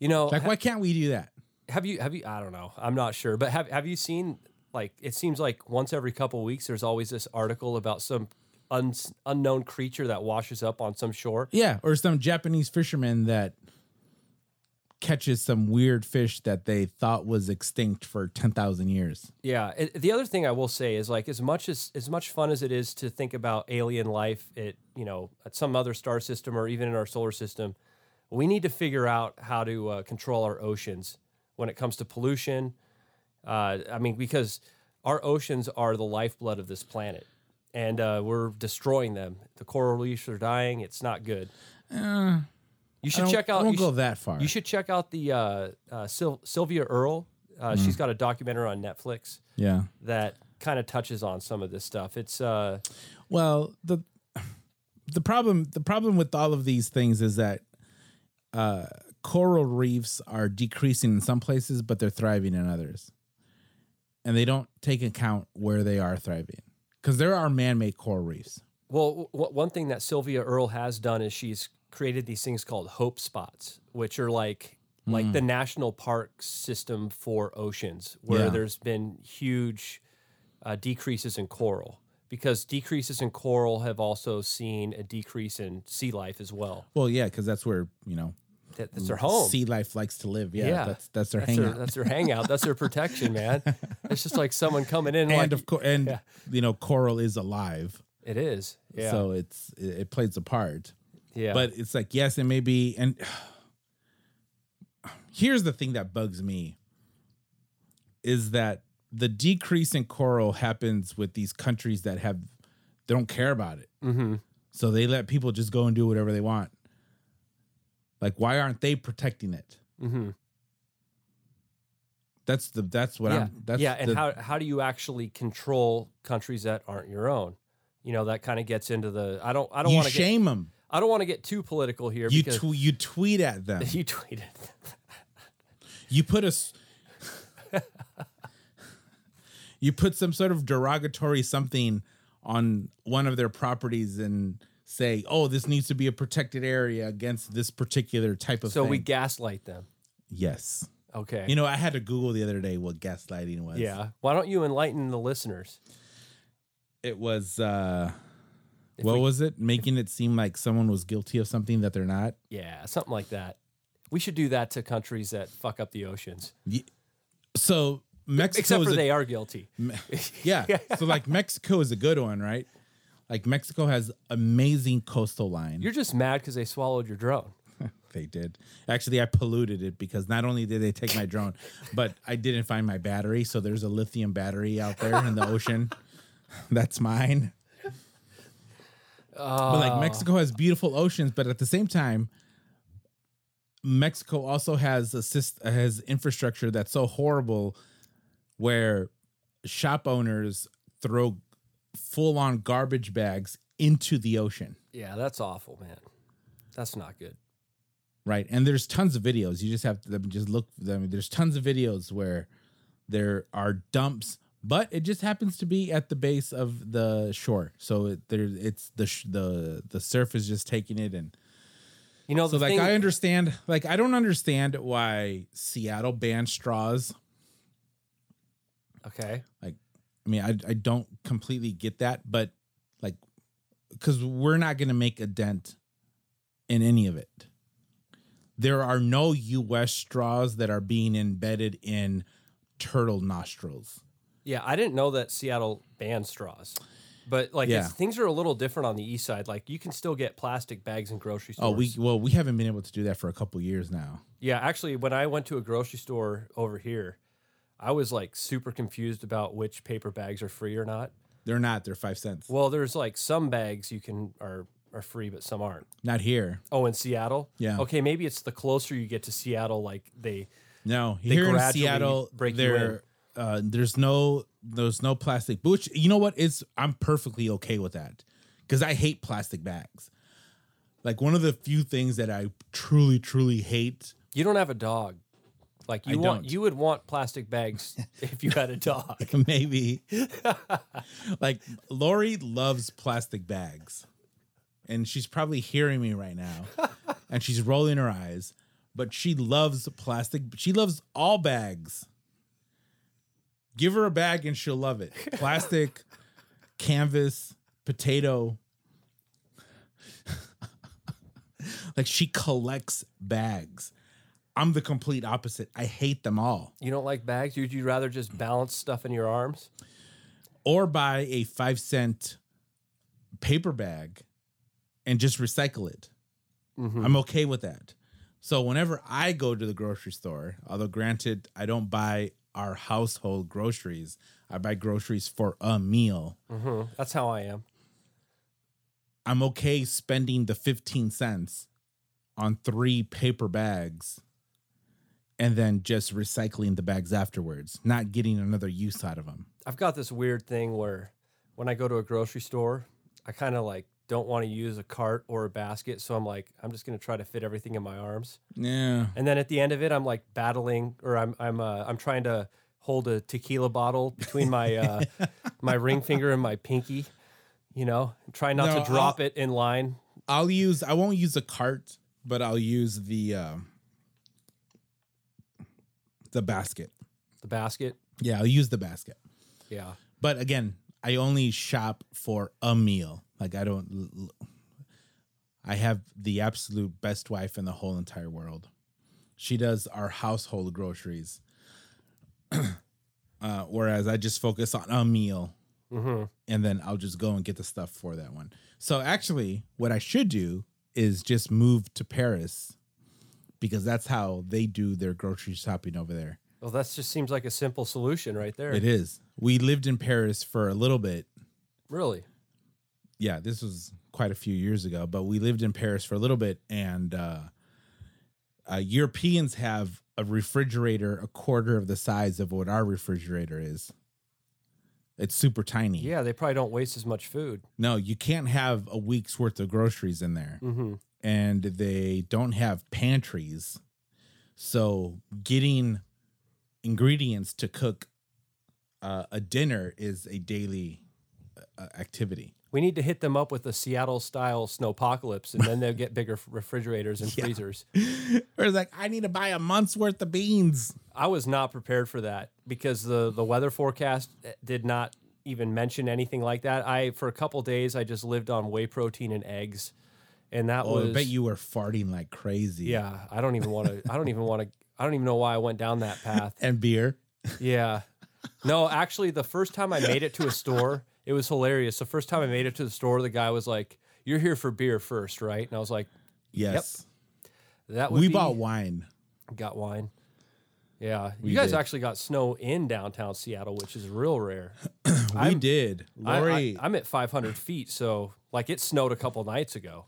B: You know,
A: Like, why can't we do that?
B: have you have you i don't know i'm not sure but have have you seen like it seems like once every couple weeks there's always this article about some un, unknown creature that washes up on some shore
A: Yeah. Or some Japanese fisherman that catches some weird fish that they thought was extinct for 10,000 years.
B: yeah it- the other thing i will say is like as much as as much fun as it is to think about alien life at you know at some other star system or even in our solar system we need to figure out how to uh, control our oceans when it comes to pollution uh, i mean because our oceans are the lifeblood of this planet and uh, we're destroying them the coral reefs are dying it's not good you
A: Uh, I
B: should
A: don't-
B: check out
A: I won't
B: you
A: go
B: should-
A: that far.
B: you should check out the uh, uh, Syl- Sylvia Earle. Uh,
A: Hmm.
B: She's got a documentary on Netflix
A: yeah.
B: that kind of touches on some of this stuff. It's uh,
A: Well, the the problem the problem with all of these things is that uh, coral reefs are decreasing in some places, but they're thriving in others, and they don't take account where they are thriving because there are man made coral reefs.
B: well, w- one thing that Sylvia Earle has done is she's created these things called hope spots, which are like
A: Hmm.
B: like the national park system for oceans, where
A: Yeah.
B: there's been huge uh, decreases in coral. Because decreases in coral have also seen a decrease in sea life as well.
A: Well, yeah, because that's where you know
B: That, that's their home.
A: Mm, sea life likes to live. Yeah,
B: Yeah.
A: that's that's their
B: That's their,
A: hangout.
B: that's their hangout. That's their protection, man. It's just like someone coming in.
A: and
B: like,
A: of course, and you know, coral is alive,
B: it is. Yeah.
A: so it's it, it plays a part.
B: yeah.
A: but it's like yes it may be and here's the thing that bugs me is that the decrease in coral happens with these countries that have they don't care about it
B: Mhm.
A: so they let people just go and do whatever they want like why aren't they protecting it
B: Mhm.
A: that's the that's what
B: yeah.
A: i'm that's
B: yeah. And
A: the-
B: how, how do you actually control countries that aren't your own? You know, that kind of gets into the, I don't, I don't
A: you
B: want to get,
A: shame them
B: I don't want to get too political here
A: you
B: because
A: tw- you tweet at them
B: you tweeted.
A: you put a s- you put some sort of derogatory something on one of their properties and say oh this needs to be a protected area against this particular type of
B: So
A: thing
B: we gaslight them.
A: yes
B: Okay.
A: you know i had to google the other day what gaslighting was
B: yeah. Why don't you enlighten the listeners?
A: it was uh what was it making it seem like someone was guilty of something that they're not
B: Yeah. Something like that. We should do that to countries that fuck up the oceans,
A: so mexico
B: except
A: is
B: for
A: a-
B: they are guilty.
A: Yeah. so like Mexico is a good one, right? Like Mexico has amazing coastal line.
B: You're just mad because they swallowed your drone.
A: they did. Actually, I polluted it because not only did they take my drone, but I didn't find my battery. So there's a lithium battery out there in the ocean. That's mine. but like Mexico has beautiful oceans, but at the same time, Mexico also has a syst- has infrastructure that's so horrible where shop owners throw full on garbage bags into the ocean,
B: Yeah, that's awful, man. That's not good.
A: right? And there's tons of videos. You just have to I mean, just look. I mean, there's tons of videos where there are dumps, but it just happens to be at the base of the shore. So it, there, it's the sh- the the surf is just taking it and
B: You know,
A: So
B: the
A: like
B: thing,
A: I understand like I don't understand why Seattle banned straws.
B: Okay,
A: I mean, I I don't completely get that, but like cuz we're not going to make a dent in any of it. There are no US straws that are being embedded in turtle nostrils.
B: yeah, I didn't know that Seattle banned straws, but like
A: Yeah.
B: it's, things are a little different on the east side. Like you can still get plastic bags in grocery stores.
A: Oh, we well, we haven't been able to do that for a couple years now.
B: Yeah, actually, when I went to a grocery store over here, I was like super confused about which paper bags are free or not.
A: They're not, they're 5 cents.
B: Well, there's like some bags you can are are free, but some aren't.
A: Not here.
B: Oh, in Seattle,
A: Yeah.
B: Okay, maybe it's the closer you get to Seattle, like they.
A: No, here in
B: gradually
A: Seattle,
B: break you
A: there, uh, there's no, there's no plastic. Which you know what? It's I'm perfectly okay with that because I hate plastic bags. Like one of the few things that I truly, truly hate.
B: You don't have a dog. Like you
A: I
B: want,
A: don't.
B: you would want plastic bags if you had a dog.
A: Maybe, like Lori loves plastic bags, and she's probably hearing me right now, and she's rolling her eyes. But she loves plastic. She loves all bags. give her a bag and she'll love it. Plastic, canvas, potato. like she collects bags. I'm the complete opposite. I hate them all.
B: You don't like bags. You'd you rather just balance stuff in your arms.
A: Or buy a five cent paper bag and just recycle it.
B: Mhm.
A: I'm okay with that. So whenever I go to the grocery store, although granted I don't buy our household groceries, I buy groceries for a meal.
B: Mhm. That's how I am.
A: I'm okay spending the 15 cents on three paper bags and then just recycling the bags afterwards, not getting another use out of them.
B: I've got this weird thing where when I go to a grocery store, I kind of like don't want to use a cart or a basket. So I'm like, I'm just going to try to fit everything in my arms.
A: Yeah.
B: And then at the end of it, I'm like battling or I'm, I'm, uh, I'm trying to hold a tequila bottle between my, uh, my ring finger and my pinky, you know, trying not
A: No,
B: to drop it in line.
A: I'll use, I won't use a cart, but I'll use the, uh, the basket.
B: The basket.
A: Yeah, I'll use the basket.
B: Yeah.
A: But again, I only shop for a meal. Like I don't, l- l- I have the absolute best wife in the whole entire world. She does our household groceries, uh, whereas I just focus on a meal
B: hmm
A: and then I'll just go and get the stuff for that one. So actually, what I should do is just move to Paris because that's how they do their grocery shopping over there.
B: Well, that just seems like a simple solution right there.
A: It is. We lived in Paris for a little bit
B: Really?
A: yeah, this was quite a few years ago, but we lived in Paris for a little bit, and uh, uh, Europeans have a refrigerator a quarter of the size of what our refrigerator is. It's super tiny.
B: Yeah. They probably don't waste as much food.
A: No, you can't have a week's worth of groceries in there,
B: hmm
A: and they don't have pantries. So getting ingredients to cook uh, a dinner is a daily uh, activity.
B: We need to hit them up with a Seattle style snowpocalypse, and then they'll get bigger f- refrigerators and freezers.
A: or it's like I need to buy a month's worth of beans.
B: I was not prepared for that because the the weather forecast eh, did not even mention anything like that. I for a couple days I just lived on whey protein and eggs, and that
A: Oh,
B: was
A: I bet you were farting like crazy.
B: yeah. I don't even want to. I don't even want to. I don't even know why I went down that path.
A: And beer.
B: Yeah. No, actually, the first time I made it to a store, it was hilarious. The first time I made it to the store, the guy was like, "You're here for beer first, right?" And I was like,
A: Yes.
B: "That would
A: We
B: be-
A: bought wine.
B: got wine. Yeah,
A: We
B: you guys
A: did.
B: actually got snow in downtown Seattle, which is real rare.
A: We
B: I'm-
A: did. Lori,
B: I, am at 500 feet, so like it snowed a couple nights ago.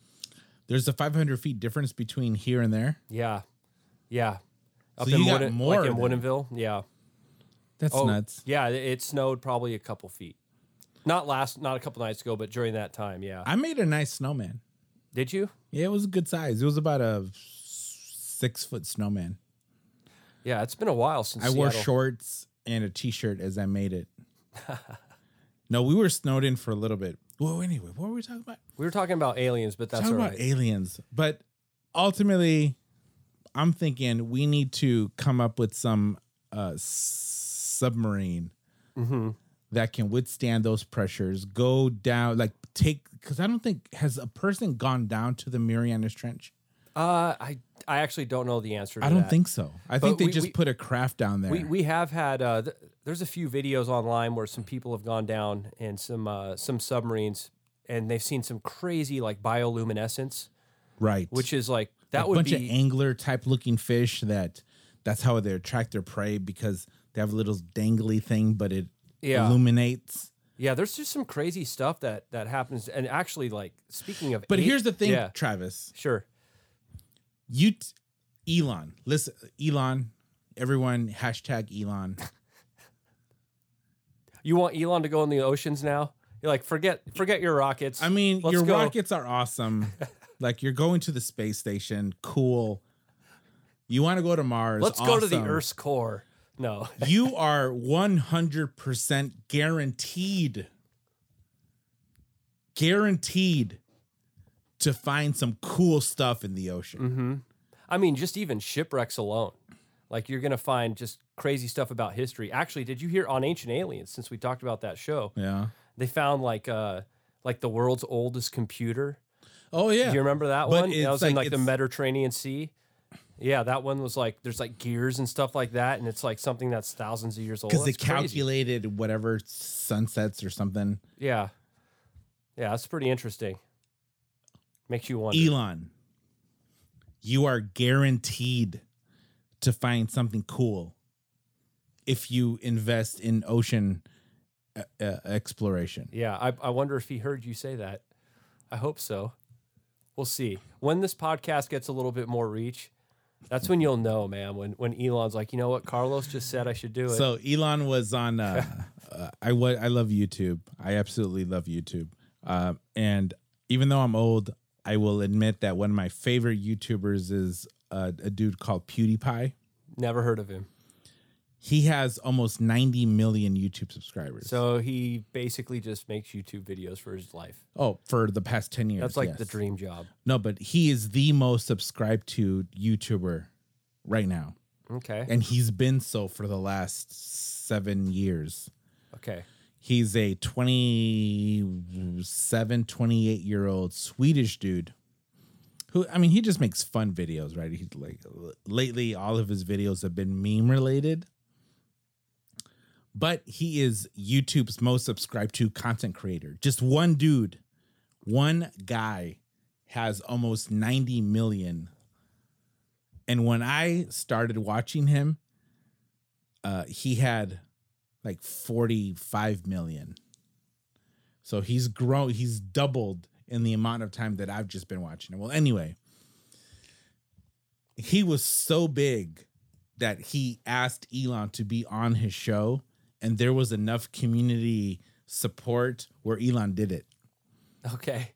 A: there's a 500 feet difference between here and there.
B: Yeah, yeah. Up
A: So you got
B: Wooden-
A: more
B: like in
A: than-
B: Woodinville. Yeah.
A: That's
B: Oh,
A: nuts.
B: Yeah, it it snowed probably a couple feet. Not last, not a couple nights ago, but during that time, yeah.
A: I made a nice snowman.
B: Did you?
A: Yeah, it was a good size. It was about a six foot snowman.
B: Yeah, it's been a while since
A: I wore
B: Seattle.
A: shorts and a t shirt as I made it. no, we were snowed in for a little bit. Well, anyway, what were we talking about?
B: We were talking about aliens, but that's all
A: talking
B: right.
A: about aliens. But ultimately, I'm thinking we need to come up with some uh, s- submarine
B: Mhm.
A: that can withstand those pressures, go down, like take, because I don't think, has a person gone down to the Marianas Trench?
B: Uh, I I actually don't know the answer. To
A: I don't
B: that.
A: think so. I think
B: But
A: they
B: we-
A: just
B: we-
A: put a craft down there.
B: we we have had. Uh, th- there's a few videos online where some people have gone down and some uh, some submarines, and they've seen some crazy like bioluminescence,
A: right.
B: which is like that
A: a
B: would
A: bunch of
B: be
A: angler type looking fish that that's how they attract their prey because they have a little dangly thing, but it
B: Yeah.
A: illuminates.
B: yeah. There's just some crazy stuff that that happens, and actually like speaking of,
A: But
B: a-
A: here's the thing,
B: yeah,
A: Travis.
B: sure,
A: You, t- Elon, listen, Elon, everyone, hashtag Elon.
B: you want Elon to go in the oceans now? You're like forget forget your rockets.
A: I mean,
B: Let's
A: your
B: go.
A: rockets are awesome. like you're going to the space station, cool. You want to go to Mars?
B: Let's go to the
A: awesome.
B: Earth's core. No,
A: you are 100% guaranteed guaranteed to find some cool stuff in the ocean
B: I mean, just even shipwrecks alone. Like you're gonna find just crazy stuff about history. Actually, did you hear on Ancient Aliens? Since we talked about that show,
A: yeah
B: they found like uh like the world's oldest computer.
A: oh yeah
B: Do you remember that
A: But
B: one?
A: it's
B: That was in
A: like-
B: like the
A: it's-
B: Mediterranean Sea. Yeah, that one was like there's like gears and stuff like that, and it's like something that's thousands of years old.
A: because they
B: That's crazy.
A: calculated whatever sunsets or something
B: Yeah, yeah, that's pretty interesting. Makes you wonder.
A: elon you are guaranteed to find something cool if you invest in ocean uh, uh, exploration
B: Yeah, I, I wonder if he heard you say that. I hope so. We'll see. When this podcast gets a little bit more reach, that's when you'll know, man. When when Elon's like, you know what, Carlos just said I should do it.
A: So Elon was on. Uh, uh, I wa- I love YouTube. I absolutely love YouTube. Uh, and even though I'm old, I will admit that one of my favorite YouTubers is uh, a dude called PewDiePie.
B: Never heard of him.
A: He has almost 90 million YouTube subscribers.
B: So he basically just makes YouTube videos for his life.
A: oh, for the past 10 years.
B: That's like the
A: yes.
B: dream job.
A: No, but he is the most subscribed to YouTuber right now,
B: Okay.
A: and he's been so for the last seven years.
B: Okay.
A: He's a 27, 28 year old Swedish dude who, I mean, he just makes fun videos, right? He's like, l- lately, all of his videos have been meme related, but he is YouTube's most subscribed to content creator. Just one dude, one guy has almost 90 million. And when I started watching him, uh, he had like 45 million. So he's grown, he's doubled in the amount of time that I've just been watching it. Well, anyway, he was so big that he asked Elon to be on his show, and there was enough community support where Elon did it.
B: Okay.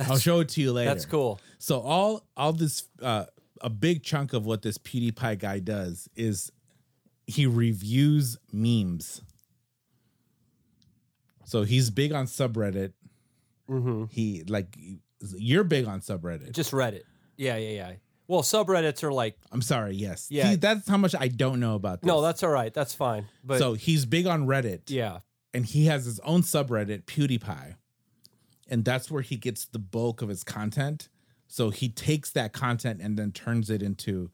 A: I'll show it to you later.
B: That's cool.
A: So all all this uh, a big chunk of what this PewDiePie guy does is he reviews memes. So he's big on subreddit.
B: Mm-hmm.
A: He like you're big on subreddit.
B: Just read it. Yeah, yeah, yeah. Well, subreddits are like,
A: I'm sorry. Yes.
B: Yeah.
A: See, that's how much I don't know about this.
B: no, that's all right. That's fine. But
A: so he's big on Reddit.
B: yeah.
A: and he has his own subreddit, PewDiePie, and that's where he gets the bulk of his content. So he takes that content and then turns it into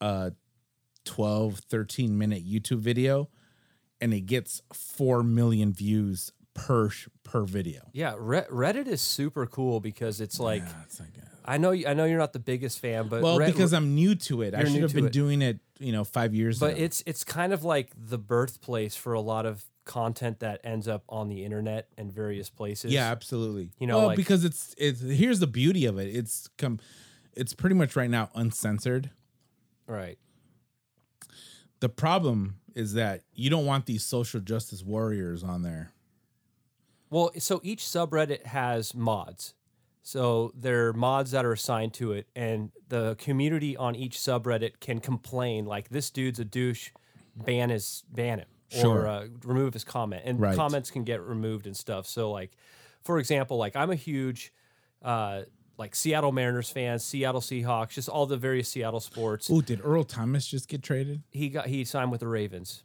A: a 12, 13 minute YouTube video, and it gets 4 million views per sh- per video.
B: Yeah. Re- Reddit is super cool because it's like,
A: Yeah, it's like, uh,
B: I know, I know you're not the biggest fan, but
A: well,
B: Re-
A: because I'm new to it, I
B: You're
A: should
B: new
A: have
B: to
A: been
B: it.
A: doing it, you know, five years
B: but
A: ago.
B: it's it's kind of like the birthplace for a lot of content that ends up on the internet and various places.
A: Yeah, absolutely.
B: you know,
A: well,
B: like-
A: because it's it's here's the beauty of it. It's come, it's pretty much right now uncensored.
B: right.
A: The problem is that you don't want these social justice warriors on there.
B: Well, so each subreddit has mods. So there are mods that are assigned to it, and the community on each subreddit can complain like this dude's a douche, ban his ban him
A: Sure.
B: or uh, remove his comment, and
A: Right.
B: comments can get removed and stuff. So like, for example, like I'm a huge. Uh, like Seattle Mariners fans, Seattle Seahawks, just all the various Seattle sports.
A: Oh, did Earl Thomas just get traded?
B: He got he signed with the Ravens,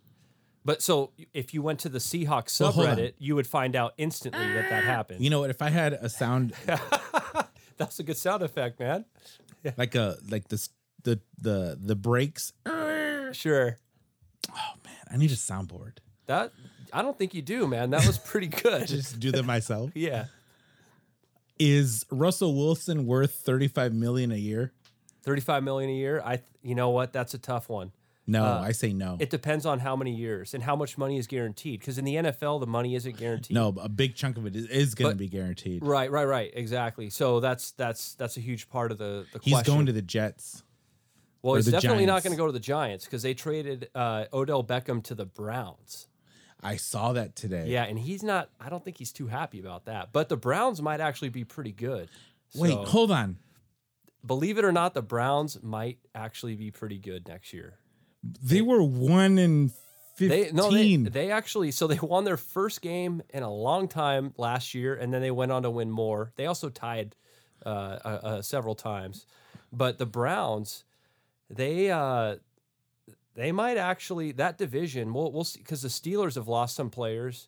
B: but so if you went to the Seahawks
A: Well, hold on.
B: subreddit, you would find out instantly that that happened.
A: You know what? If I had a sound
B: That's a good sound effect, man.
A: like a like this the the the brakes,
B: Sure.
A: I need a soundboard.
B: That I don't think you do, man. That was pretty good.
A: Just do them myself.
B: yeah.
A: Is Russell Wilson worth thirty five million a year?
B: 35 million a year. I you know what? That's a tough one.
A: No, I say no.
B: It depends on how many years and how much money is guaranteed cuz in the NFL the money isn't guaranteed.
A: no, a big chunk of it is, is going to
B: But-
A: be guaranteed.
B: Right, right, right. Exactly. So that's that's that's a huge part of the the
A: He's
B: question.
A: going to the Jets.
B: well,
A: or
B: he's
A: the
B: definitely not
A: Giants.
B: going to go to the Giants cuz they traded uh, Odell Beckham to the Browns.
A: I saw that today.
B: Yeah, and he's not I don't think he's too happy about that. But the Browns might actually be pretty good.
A: Wait,
B: So-
A: hold on.
B: believe it or not, the Browns might actually be pretty good next year.
A: They were one in
B: They
A: fifteen.
B: no, they, they actually so they won their first game in a long time last year, and then they went on to win more. They also tied uh, uh, uh, several times, but the Browns, they uh, they might actually that division. We'll we'll see because the Steelers have lost some players,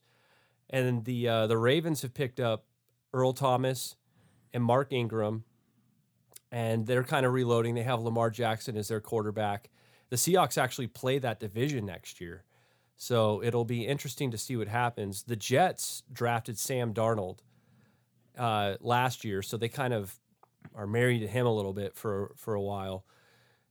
B: and the uh, the Ravens have picked up Earl Thomas and Mark Ingram, and they're kind of reloading. They have Lamar Jackson as their quarterback. The Seahawks actually play that division next year. So it'll be interesting to see what happens. The Jets drafted Sam Darnold uh, last year, so they kind of are married to him a little bit for for a while.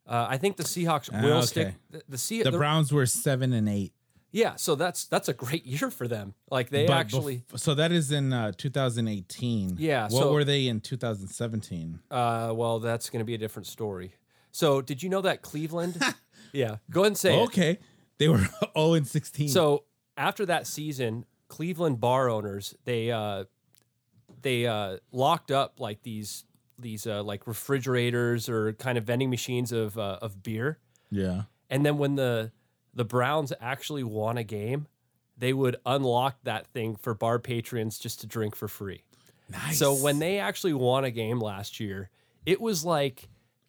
B: Uh, I think the Seahawks
A: Ah,
B: will
A: okay.
B: stick. The, the, Se-
A: the
B: the-
A: Browns were seven and eight.
B: yeah, so that's that's a great year for them. Like they
A: But
B: actually
A: bef- so that is in uh, 2018.
B: Yeah,
A: What
B: so-
A: were they in 2017?
B: Uh, well, that's going to be a different story. So, did you know that Cleveland? yeah, go ahead and say it.
A: okay, they were 0 and 16.
B: So after that season, Cleveland bar owners they uh, they uh, locked up like these these uh, like refrigerators or kind of vending machines of uh, of beer,
A: yeah,
B: and then when the the Browns actually won a game, they would unlock that thing for bar patrons just to drink for free.
A: nice.
B: So when they actually won a game last year, it was like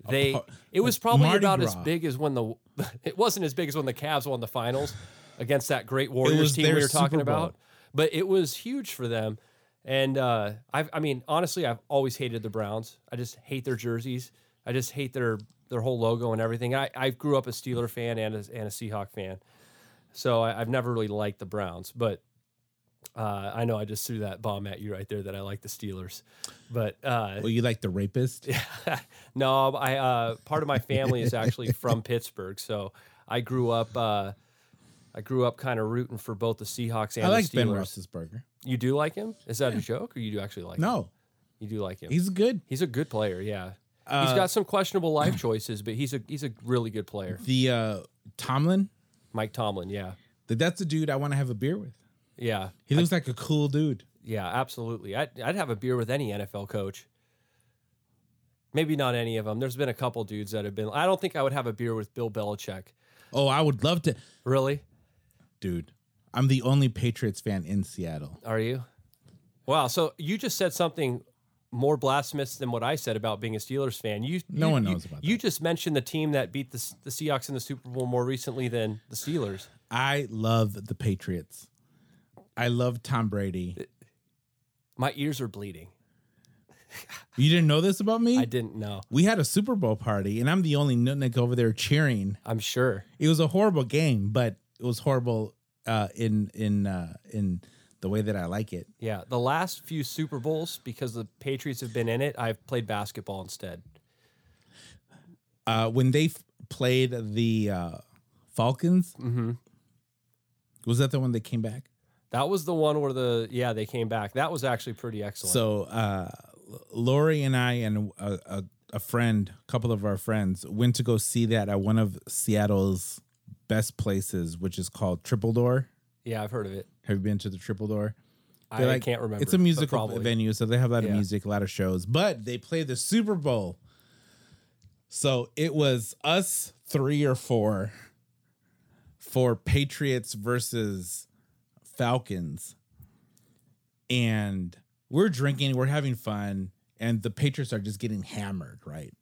B: they
A: par-
B: it was
A: like
B: probably
A: Mardi
B: about as
A: Gras.
B: big as when the it wasn't as big as when the Cavs won the finals against that great
A: was
B: Warriors team
A: their
B: we were talking
A: Super Bowl.
B: about, but it was huge for them. And uh, I've, I mean, honestly, I've always hated the Browns. I just hate their jerseys. I just hate their their whole logo and everything. I, I grew up a Steeler fan and a, and a Seahawk fan, so I, I've never really liked the Browns. But uh, I know I just threw that bomb at you right there that I like the Steelers, but uh,
A: well, you like the rapist?
B: no, I uh, part of my family is actually from Pittsburgh, so I grew up. Uh, I grew up kind of rooting for both the Seahawks and
A: I like
B: the Steelers.
A: Ben Roethlisberger.
B: You do like him? Is that a joke, or you do actually like? him?
A: No,
B: you do like him. He's,
A: he's good.
B: a good player. Yeah,
A: Uh,
B: he's got some questionable life choices, but he's a he's a really good player.
A: the uh, Tomlin.
B: Mike Tomlin. Yeah,
A: That that's a dude I want to have a beer with.
B: yeah,
A: He looks like a cool dude.
B: yeah. Absolutely. I'd I'd have a beer with any NFL coach. Maybe not any of them. There's been a couple dudes that have been. I don't think I would have a beer with Bill Belichick.
A: Oh, I would love to,
B: Really?
A: dude. I'm the only Patriots fan in Seattle.
B: Are you? Wow. So you just said something more blasphemous than what I said about being a Steelers fan. You
A: No
B: you-
A: one
B: you-
A: knows about
B: You just mentioned the team that beat the, the Seahawks in the Super Bowl more recently than the Steelers.
A: I love the Patriots. I love Tom Brady.
B: My ears are bleeding.
A: You didn't know this about me?
B: I didn't know.
A: we had a Super Bowl party, and I'm the only nutnik over there cheering.
B: I'm sure.
A: It was a horrible game, but it was horrible uh, in in uh, in the way that I like it.
B: Yeah. The last few Super Bowls, because the Patriots have been in it, I've played basketball instead.
A: Uh, when they f- played the uh, Falcons, was that the one that came back?
B: That was the one where the yeah they came back. That was actually pretty excellent.
A: So uh, L- Lori and I and a, a, a friend, a couple of our friends, went to go see that at one of Seattle's best places, which is called Triple Door.
B: yeah, I've heard of it.
A: Have you been to the Triple Door?
B: I
A: like,
B: can't remember.
A: It's a
B: but
A: musical
B: probably.
A: venue, so they have a lot of
B: Yeah.
A: music, a lot of shows. But they play the Super Bowl. So it was us three or four for Patriots versus Falcons. And we're drinking, we're having fun, and the Patriots are just getting hammered, right?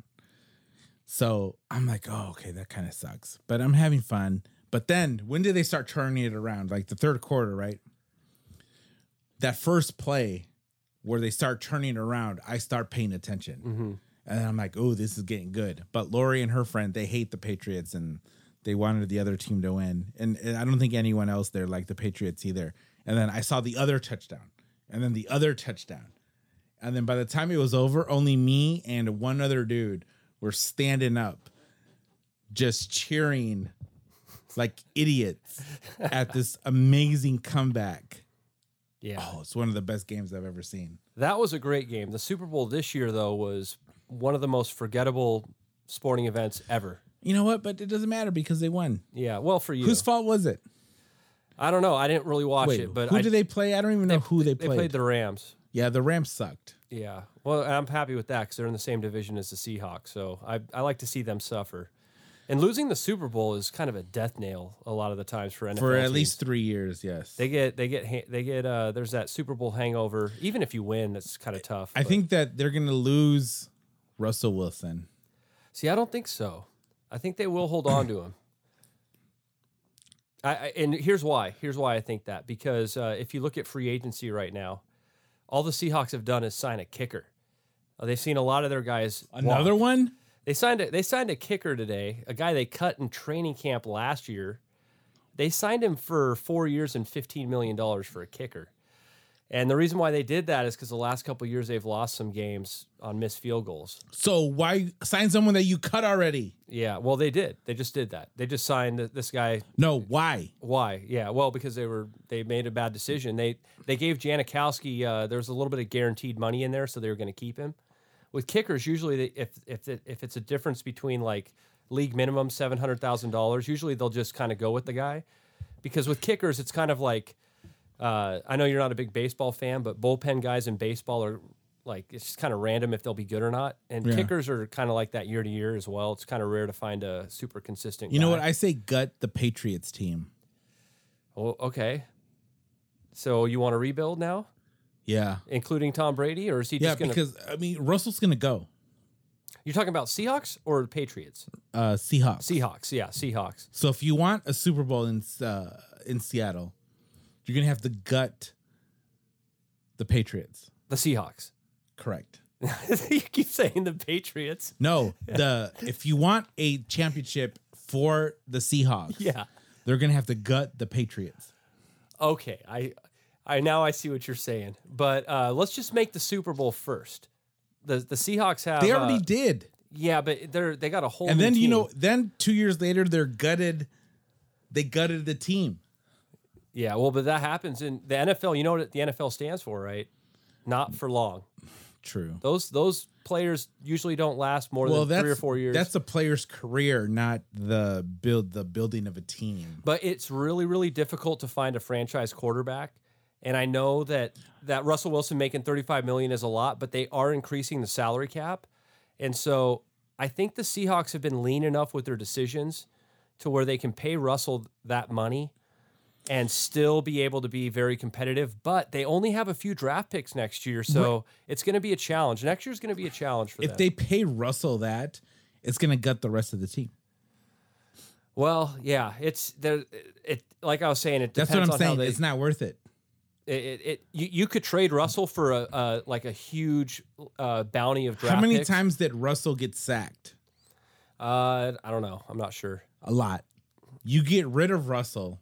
A: So I'm like, oh, okay, that kind of sucks. But I'm having fun. But then when did they start turning it around? Like the third quarter, right? That first play where they start turning around, I start paying attention. And I'm like, oh, this is getting good. But Lori and her friend, they hate the Patriots and they wanted the other team to win. And, and I don't think anyone else there liked the Patriots either. And then I saw the other touchdown and then the other touchdown. And then by the time it was over, only me and one other dude were standing up, just cheering like idiots at this amazing comeback.
B: Yeah.
A: Oh, it's one of the best games I've ever seen.
B: That was a great game. The Super Bowl this year, though, was one of the most forgettable sporting events ever.
A: You know what? But it doesn't matter because they won.
B: Yeah, well, for you,
A: Whose fault was it?
B: I don't know. I didn't really watch
A: Wait,
B: it, but
A: who
B: I,
A: did they play? I don't even know who they,
B: they
A: played.
B: played the Rams.
A: yeah, the Rams sucked.
B: Yeah, well, I'm happy with that because they're in the same division as the Seahawks, so I, I like to see them suffer. And losing the Super Bowl is kind of a death nail a lot of the times for NFL.
A: For at
B: teams.
A: least three years, yes.
B: they get they get ha- they get uh there's that Super Bowl hangover. Even if you win, that's kind of tough.
A: I
B: but-
A: think that they're going to lose Russell Wilson.
B: See, I don't think so. I think they will hold on to him. I, I and here's why. Here's why I think that because uh, if you look at free agency right now, all the Seahawks have done is sign a kicker. Uh, they've seen a lot of their guys. walk.
A: Another one?
B: They signed a, they signed a kicker today, a guy they cut in training camp last year. They signed him for four years and fifteen million dollars for a kicker. And the reason why they did that is because the last couple of years they've lost some games on missed field goals.
A: So why sign someone that you cut already?
B: Yeah, well, they did. They just did that. They just signed th- this guy.
A: No, why?
B: Why? Yeah, well, because they were they made a bad decision. They they gave Janikowski. Uh, there was a little bit of guaranteed money in there, so they were going to keep him. With kickers, usually they, if if it, if it's a difference between like league minimum seven hundred thousand dollars, usually they'll just kind of go with the guy, because with kickers it's kind of like. Uh, I know you're not a big baseball fan, but bullpen guys in baseball are like it's just kind of random if they'll be good or not. And kickers are kind of like that year to year as well. It's kind of rare to find a super consistent.
A: You know
B: guy.
A: what? I say gut the Patriots team.
B: Well, Oh, okay. So you want to rebuild now,
A: Yeah.
B: including Tom Brady, or is he
A: Yeah,
B: just going to?
A: because I mean Russell's gonna go.
B: You're talking about Seahawks or Patriots?
A: Uh Seahawks.
B: Seahawks, yeah, Seahawks.
A: so if you want a Super Bowl in uh, in Seattle, you're gonna have to gut the Patriots.
B: The Seahawks.
A: Correct.
B: you keep saying the Patriots.
A: No, the if you want a championship for the Seahawks,
B: Yeah.
A: they're gonna have to gut the Patriots.
B: Okay, I, I now I see what you're saying. But uh, let's just make the Super Bowl first. The the Seahawks have
A: They
B: uh,
A: already did.
B: yeah, but they're they got a whole
A: And
B: new
A: then you
B: team.
A: know, then two years later they're gutted they gutted the team.
B: yeah well but that happens in the NFL. You know what the NFL stands for, right? Not for long.
A: True.
B: Those those players usually don't last more
A: well,
B: than
A: that's
B: three or four years.
A: That's a player's career, not the build the building of a team.
B: but it's really really difficult to find a franchise quarterback and i know that that russell wilson making 35 million is a lot but they are increasing the salary cap and so i think the seahawks have been lean enough with their decisions to where they can pay russell that money and still be able to be very competitive but they only have a few draft picks next year so it's going to be a challenge next year's going to be a challenge for
A: If
B: them
A: they pay Russell that, it's going to gut the rest of the team.
B: well yeah it's there it like i was saying it
A: That's
B: depends
A: what
B: on
A: I'm
B: how
A: saying.
B: they,
A: It's not worth it.
B: it, it, it you, you could trade Russell for a, a like a huge uh, bounty of draft.
A: How many
B: picks.
A: times did Russell get sacked?
B: Uh, I don't know. I'm not sure.
A: A lot. You get rid of Russell,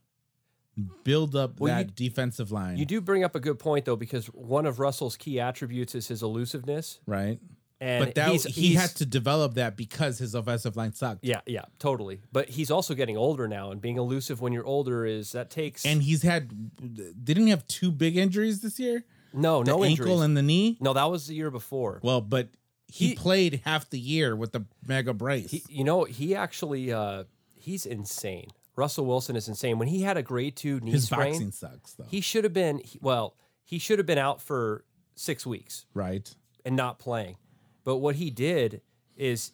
A: build up
B: Well,
A: that defensive line,
B: You do bring up a good point though, because one of Russell's key attributes is his elusiveness,
A: right?
B: and
A: But that
B: he's,
A: he
B: he's-
A: had to develop that because his offensive line sucked,
B: Yeah, yeah, totally. But he's also getting older now, and being elusive when you're older is that takes
A: and he's had didn't he have two big injuries this year?
B: no
A: The
B: no
A: ankle
B: injuries.
A: and the knee.
B: no, that was the year before.
A: Well, but he,
B: He-
A: played half the year with the mega brace.
B: He, you know, he actually uh, he's insane. Russell Wilson is insane. When he had a grade two knee
A: his
B: sprain,
A: boxing sucks though.
B: He should have been he- well. he should have been out for six weeks
A: right?
B: and not playing. But what he did is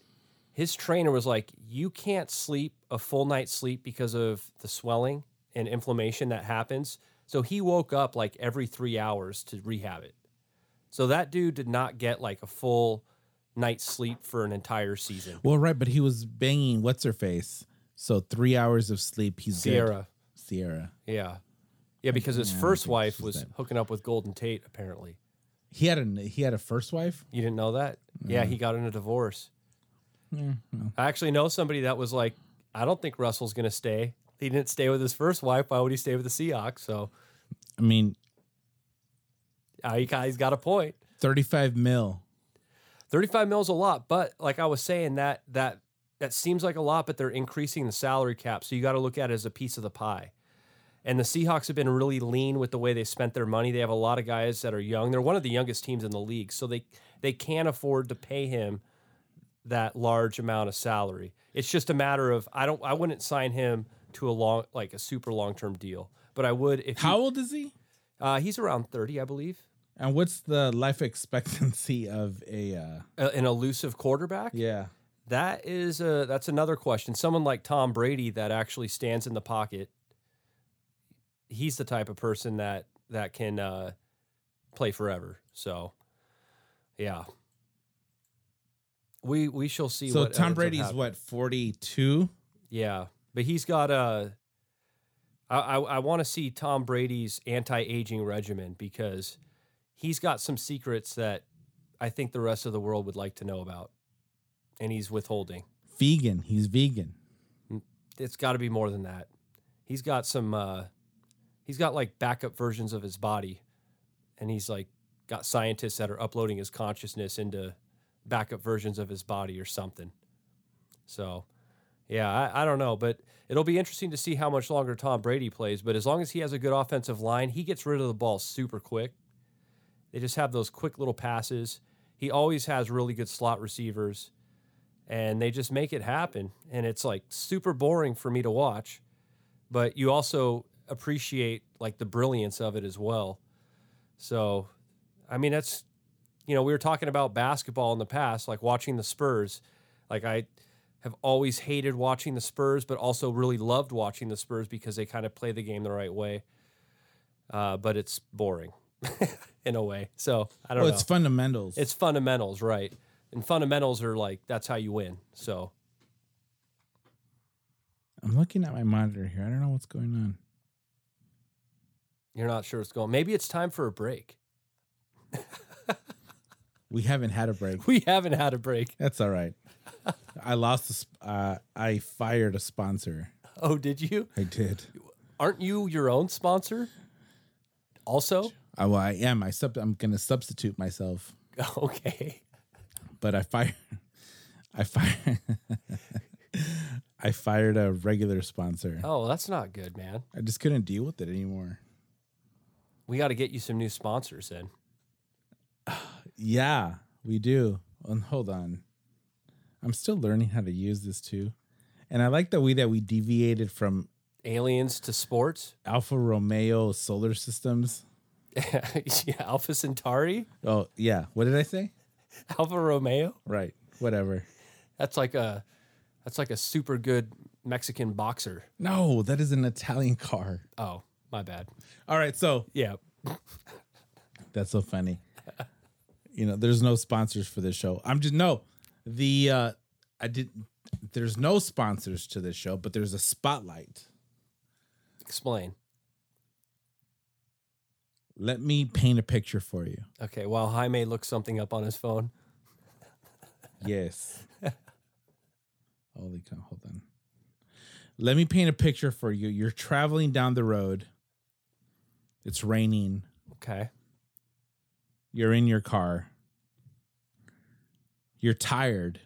B: his trainer was like, You can't sleep a full night's sleep because of the swelling and inflammation that happens. So he woke up like every three hours to rehab it. So that dude did not get like a full night's sleep for an entire season.
A: Well, right, but he was banging what's her face. So three hours of sleep, he's good.
B: Sierra.
A: Sierra.
B: Yeah. Yeah, because his
A: Yeah, I
B: first
A: think
B: wife
A: she's
B: was
A: that-
B: hooking up with Golden Tate, apparently.
A: He had a he had a first wife.
B: You didn't know that? Yeah,
A: Mm-hmm.
B: he got in a divorce. I actually know somebody that was like, I don't think Russell's going to stay. He didn't stay with his first wife. Why would he stay with the Seahawks? So
A: I mean,
B: uh, he, got- he's got a point.
A: thirty five mil.
B: 35 mil is a lot, but like I was saying, that that that seems like a lot, but they're increasing the salary cap. So you got to look at it as a piece of the pie. And the Seahawks have been really lean with the way they spent their money. They have a lot of guys that are young. They're one of the youngest teams in the league, so they they can't afford to pay him that large amount of salary. It's just a matter of I don't I wouldn't sign him to a long like a super long term deal, but I would if he-
A: How old is he?
B: uh, he's around thirty, I believe,
A: And what's the life expectancy of a? Uh,
B: uh, an elusive quarterback.
A: yeah,
B: That is a that's another question. Someone like Tom Brady that actually stands in the pocket. He's the type of person that that can uh, play forever. So, yeah, we we shall see.
A: So
B: what
A: Tom
B: ends up
A: Brady's
B: happening.
A: what forty two?
B: Yeah, but he's got a. I I, I want to see Tom Brady's anti-aging regimen because he's got some secrets that I think the rest of the world would like to know about, and he's withholding.
A: Vegan. He's vegan.
B: it's got to be more than that. He's got some. Uh, he's got like backup versions of his body, and he's like got scientists that are uploading his consciousness into backup versions of his body or something. So, yeah, I, I don't know, but it'll be interesting to see how much longer Tom Brady plays. But as long as he has a good offensive line, he gets rid of the ball super quick. They just have those quick little passes. He always has really good slot receivers and they just make it happen. And it's like super boring for me to watch, but you also appreciate like the brilliance of it as well. So, I mean, that's, you know, we were talking about basketball in the past, like watching the Spurs. Like, I have always hated watching the Spurs, but also really loved watching the Spurs because they kind of play the game the right way. Uh, but it's boring in a way. So, I don't
A: Well,
B: know.
A: it's fundamentals.
B: It's fundamentals, right? And fundamentals are like that's how you win. So
A: I'm looking at my monitor here. I don't know what's going on.
B: you're not sure what's going. Maybe it's time for a break.
A: We haven't had a break.
B: We haven't had a break.
A: That's all right. I lost. A sp- uh, I fired a sponsor.
B: Oh, did you?
A: I did.
B: Aren't you your own sponsor? Also,
A: I, well, I am. I sub. I'm gonna substitute myself.
B: okay.
A: But I fired. I fired. I fired a regular sponsor.
B: Oh, that's not good, man.
A: I just couldn't deal with it anymore.
B: We got to get you some new sponsors in.
A: Yeah, we do. And hold on. I'm still learning how to use this too. And I like the way that we deviated from
B: Aliens to sports.
A: Alfa Romeo solar systems.
B: yeah, Alpha Centauri,
A: Oh, yeah. What did I say?
B: Alpha Romeo.
A: Right. Whatever.
B: That's like a that's like a super good Mexican boxer.
A: No, that is an Italian car.
B: Oh, my bad.
A: All right. So
B: Yeah.
A: that's so funny. You know, there's no sponsors for this show. I'm just, no, the, uh, I did, there's no sponsors to this show, but there's a spotlight.
B: Explain.
A: Let me paint a picture for you.
B: Okay, while Jaime looks something up on his phone.
A: Yes. Holy cow, hold on. Let me paint a picture for you. You're traveling down the road. It's raining.
B: Okay.
A: You're in your car. You're tired,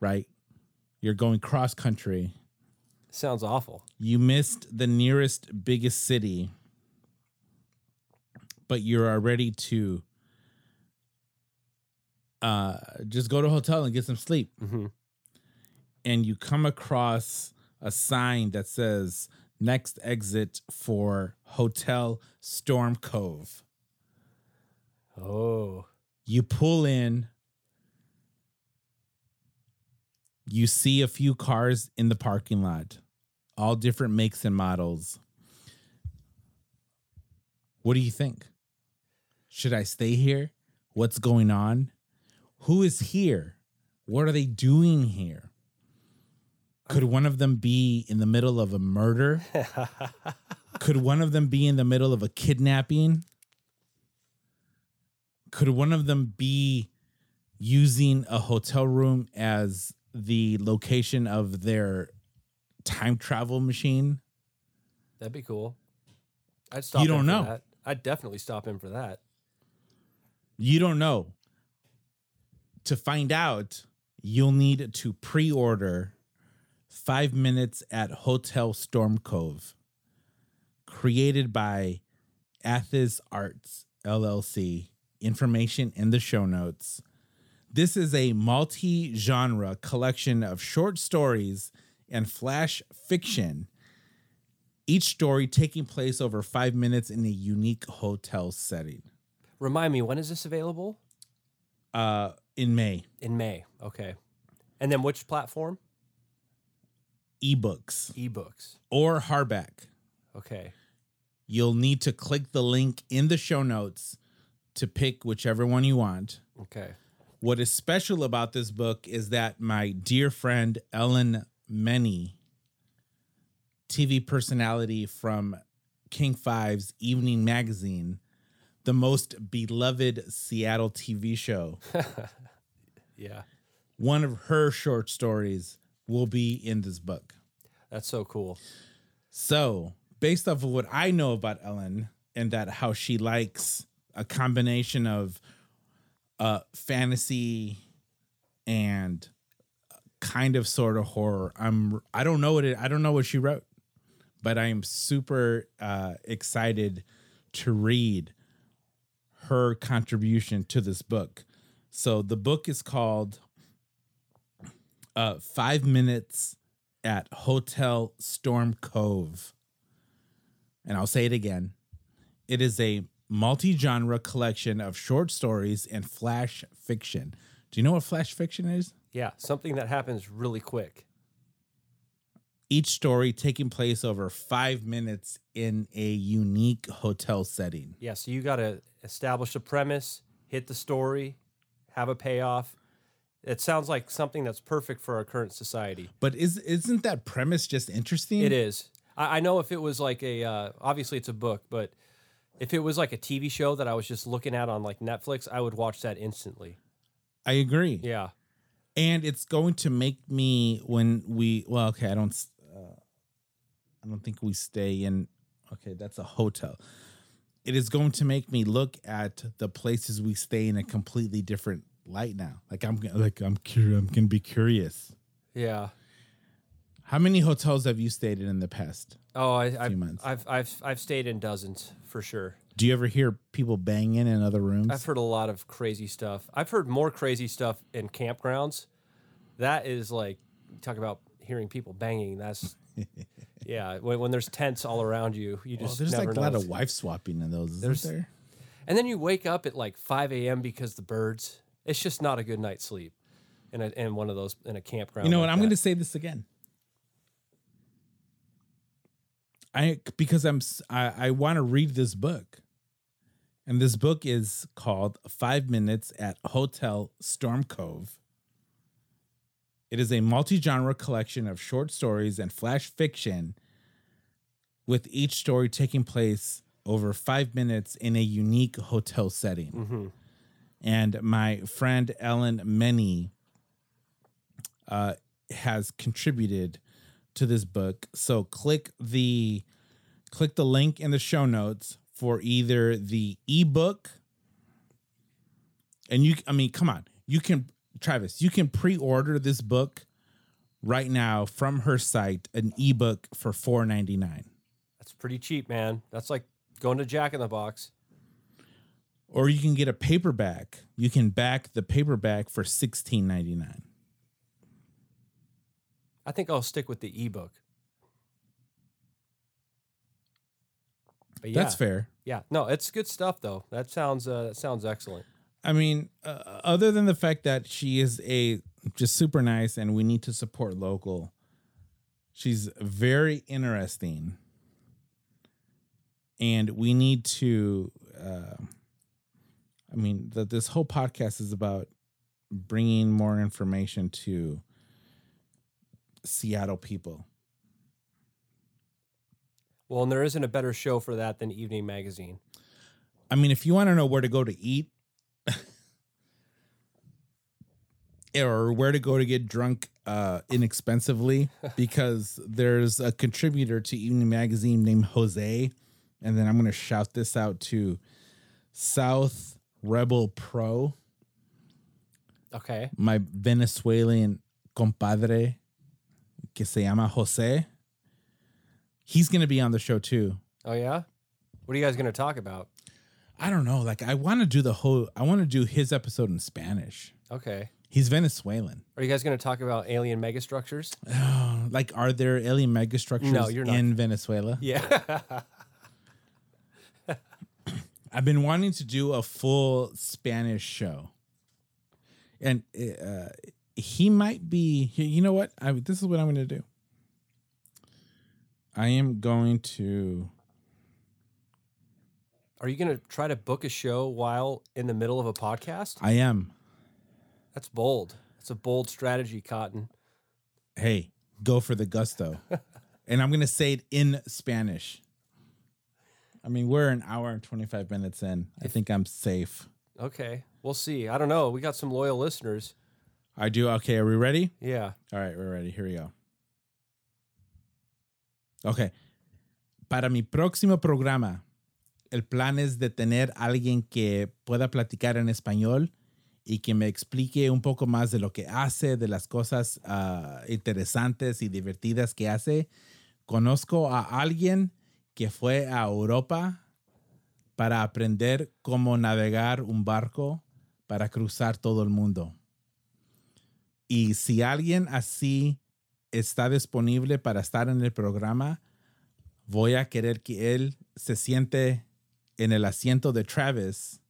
A: right? You're going cross country.
B: Sounds awful.
A: You missed the nearest biggest city, but you're already to uh, just go to a hotel and get some sleep.
B: Mm-hmm.
A: and you come across a sign that says Next exit for Hotel Storm Cove.
B: Oh,
A: You pull in. You see a few cars in the parking lot, all different makes and models. What do you think? Should I stay here? What's going on? Who is here? What are they doing here? Could one of them be in the middle of a murder? Could one of them be in the middle of a kidnapping? Could one of them be using a hotel room as the location of their time travel machine?
B: that'd be cool. I'd stop.
A: You don't
B: in for
A: know.
B: that. I'd definitely stop in for that.
A: You don't know. To find out, you'll need to pre order Five Minutes at Hotel Storm Cove, created by Athis Arts LLC. Information in the show notes. This is a multi genre collection of short stories and flash fiction, each story taking place over five minutes in a unique hotel setting.
B: Remind me, when is this available?
A: Uh, in May.
B: In May. Okay. And then which platform?
A: ebooks
B: Ebooks.
A: or hardback.
B: Okay.
A: You'll need to click the link in the show notes to pick whichever one you want.
B: Okay.
A: What is special about this book is that my dear friend Ellen Many, TV personality from King Five's Evening Magazine, the most beloved Seattle TV show,
B: Yeah.
A: one of her short stories will be in this book.
B: That's so cool.
A: So, based off of what I know about Ellen and that how she likes a combination of uh fantasy and kind of sort of horror. I'm I don't know what it I don't know what she wrote, but I am super uh excited to read her contribution to this book. So the book is called uh 5 minutes at Hotel Storm Cove. And I'll say it again it is a multi genre collection of short stories and flash fiction. Do you know what flash fiction is?
B: Yeah. Something that happens really quick.
A: Each story taking place over five minutes in a unique hotel setting.
B: Yeah. So you got to establish a premise, hit the story, have a payoff. It sounds like something that's perfect for our current society.
A: But is isn't that premise just interesting?
B: It is. I, I know if it was like a, uh, obviously it's a book, but if it was like a TV show that I was just looking at on like Netflix, I would watch that instantly.
A: I agree.
B: Yeah.
A: and it's going to make me when we well okay i don't s- uh, i don't think we stay in okay that's a hotel it is going to make me look at the places we stay in a completely different light now like i'm gonna- like i'm curious i'm gonna be curious
B: Yeah.
A: how many hotels have you stayed in in the past
B: Oh, I, I've,
A: months.
B: I've, I've, I've stayed in dozens for sure.
A: do you ever hear people banging in other rooms
B: I've heard a lot of crazy stuff. I've heard more crazy stuff in campgrounds. That is like talk about hearing people banging. That's yeah. When, when there's tents all around you, you
A: well,
B: just
A: Oh, there's
B: never
A: like a
B: know.
A: lot of wife swapping in those isn't
B: There's-
A: there
B: and then you wake up at like 5 a.m. because the birds. It's just not a good night's sleep. In a, in one of those in a campground.
A: You know
B: like
A: what? I'm
B: that.
A: going to say this again. I because I'm s- I, want to read this book, and this book is called Five Minutes at Hotel Storm Cove. It is a multi-genre collection of short stories and flash fiction, with each story taking place over five minutes in a unique hotel setting
B: Mhm.
A: and my friend Ellen Many uh, has contributed to this book. So click the click the link in the show notes for either the ebook and you I mean come on you can Travis you can pre-order this book right now from her site an ebook for 499
B: That's pretty cheap, man. That's like going to Jack in the Box.
A: or you can get a paperback. You can back the paperback for 1699.
B: I think I'll stick with the ebook. But yeah,
A: That's fair.
B: Yeah, no, it's good stuff though. That sounds uh, that sounds excellent.
A: I mean, uh, other than the fact that she is a just super nice and we need to support local, she's very interesting. And we need to, uh, I mean, that this whole podcast is about bringing more information to Seattle people.
B: Well, and there isn't a better show for that than Evening Magazine.
A: I mean, if you want to know where to go to eat or where to go to get drunk uh, inexpensively, because there's a contributor to Evening Magazine named Jose, and then I'm going to shout this out to South Rebel Pro,
B: Okay,
A: my Venezuelan compadre, que se llama Jose. He's going to be on the show too.
B: oh yeah, what are you guys gonna talk about?
A: I don't know. Like, I want to do the whole, I want to do his episode in Spanish.
B: Okay,
A: He's Venezuelan.
B: are you guys gonna talk about alien megastructures?
A: like, are there alien megastructures
B: No, you're not.
A: in Venezuela?
B: Yeah,
A: I've been wanting to do a full Spanish show, and uh, he might be. You know what? I, this is what I'm going to do. I am going to.
B: are you gonna try to book a show while in the middle of a podcast?
A: I am.
B: That's bold. That's a bold strategy, Cotton.
A: Hey, go for the gusto, and I'm going to say it in Spanish. I mean, we're an hour and 25 minutes in. I think I'm safe.
B: Okay, we'll see. I don't know. We got some loyal listeners.
A: I do. Okay, are we ready?
B: Yeah.
A: All right, we're ready. Here we go. Okay. Para mi próximo programa, el plan es de tener alguien que pueda platicar en español y que me explique un poco más de lo que hace, de las cosas ah, interesantes y divertidas que hace. Conozco a alguien que fue a Europa para aprender cómo navegar un barco para cruzar todo el mundo. Y si alguien así está disponible para estar en el programa, voy a querer que él se siente en el asiento de Travis.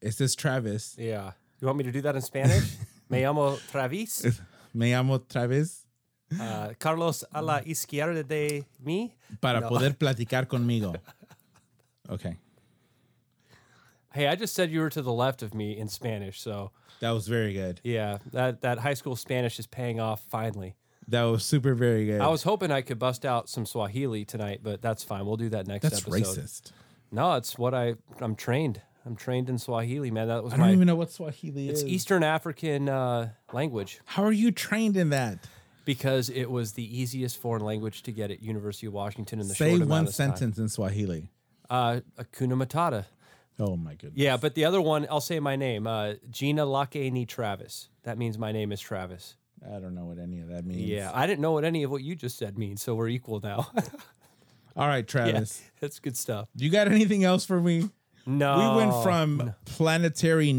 A: Este es Travis.
B: Yeah. You want me to do that in Spanish? Me llamo Travis.
A: Me llamo Travis
B: Uh, Carlos a la izquierda de mí.
A: para
B: No.
A: poder platicar conmigo. Ok.
B: Hey, I just said you were to the left of me in Spanish. So
A: That was very good.
B: yeah, that, that high school Spanish is paying off finally.
A: That was super very good.
B: I was hoping I could bust out some Swahili tonight, but that's fine. We'll do that next
A: That's
B: episode.
A: racist.
B: No, it's what I I'm trained. I'm trained in Swahili, man. That was
A: I don't
B: my
A: even know what Swahili
B: it's
A: is.
B: Eastern African uh, language
A: How are you trained in that?
B: because it was the easiest foreign language to get at University of Washington in the
A: Say
B: short
A: one
B: amount of time.
A: sentence in Swahili.
B: Uh, Akuna Matata.
A: Oh my goodness.
B: Yeah, but the other one, I'll say my name, uh, Gina Lakeni Travis. That means my name is Travis.
A: I don't know what any of that means.
B: Yeah, I didn't know what any of what you just said means, so we're equal now.
A: All right, Travis.
B: That's good stuff.
A: You got anything else for me?
B: No,
A: we
B: Oh,
A: went from planetary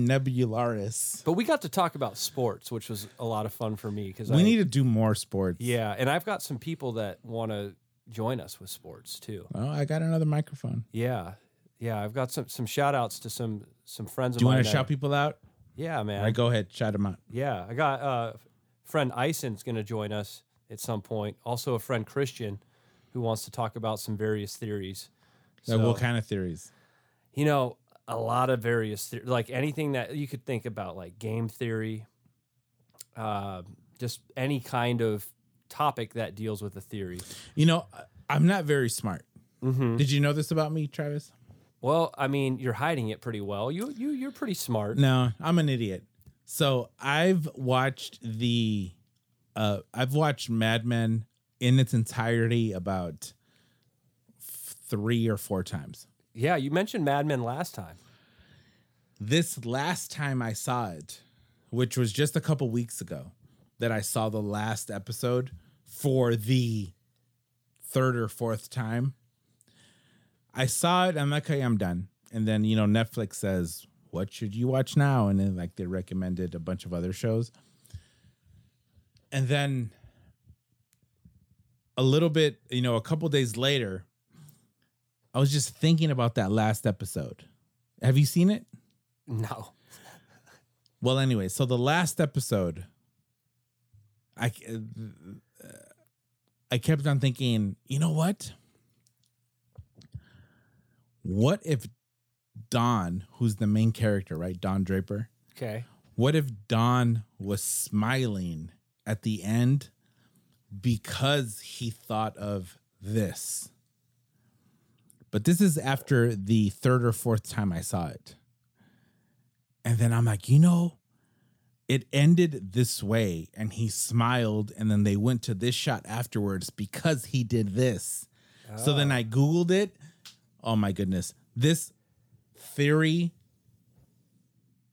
A: nebularis.
B: but we got to talk about sports, which was a lot of fun for me because
A: We need to do more sports.
B: yeah, and I've got some people that want to join us with sports too.
A: Oh, I got another microphone.
B: Yeah, yeah, I've got some some shout outs to some some friends.
A: Do you
B: of mine
A: want to
B: that-
A: shout people out?
B: Yeah, man.
A: All right, go ahead, shout them out.
B: Yeah, I got uh, friend Ison's going to join us at some point. Also, a friend Christian who wants to talk about some various theories.
A: Like,
B: So,
A: what kind of theories?
B: you know, a lot of various the- like anything that you could think about, like game theory, uh, just any kind of topic that deals with a theory.
A: You know, I- I'm not very smart.
B: hmm
A: Did you know this about me, Travis?
B: Well, I mean, you're hiding it pretty well. You you you're pretty smart.
A: No, I'm an idiot. So I've watched the, uh, I've watched Mad Men in its entirety about f- three or four times.
B: Yeah, you mentioned Mad Men last time.
A: this last time I saw it, which was just a couple weeks ago, that I saw the last episode for the third or fourth time. I saw it. I'm like, okay, I'm done. And then you know, Netflix says, "What should you watch now?" And then like they recommended a bunch of other shows. And then a little bit, you know, a couple days later, I was just thinking about that last episode. Have you seen it?
B: No.
A: Well, anyway, so the last episode, I uh, I kept on thinking, you know what? What if Don, who's the main character, right? Don Draper.
B: Okay.
A: What if Don was smiling at the end because he thought of this? But this is after the third or fourth time I saw it. And then I'm like, you know, it ended this way. And he smiled. And then they went to this shot afterwards because he did this. So
B: Ah.
A: then I Googled it. Oh my goodness. This theory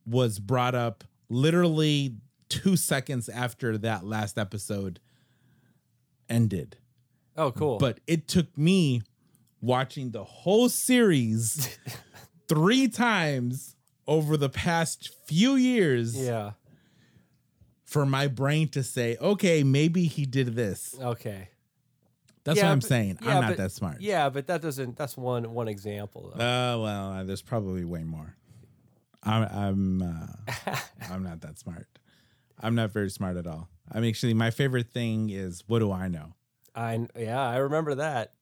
A: was brought up literally two seconds after that last episode ended.
B: Oh, cool.
A: But it took me watching the whole series three times over the past few years
B: yeah.
A: for my brain to say, okay, maybe he did this.
B: Okay.
A: That's
B: Yeah,
A: what I'm
B: but-
A: saying.
B: yeah,
A: I'm not
B: but-
A: that smart.
B: Yeah, but that doesn't. That's one one example. Though.
A: Uh, well, uh, there's probably way more. I'm I'm uh, I'm not that smart. I'm not very smart at all. I'm actually my favorite thing is what do I know?
B: I yeah, I remember that.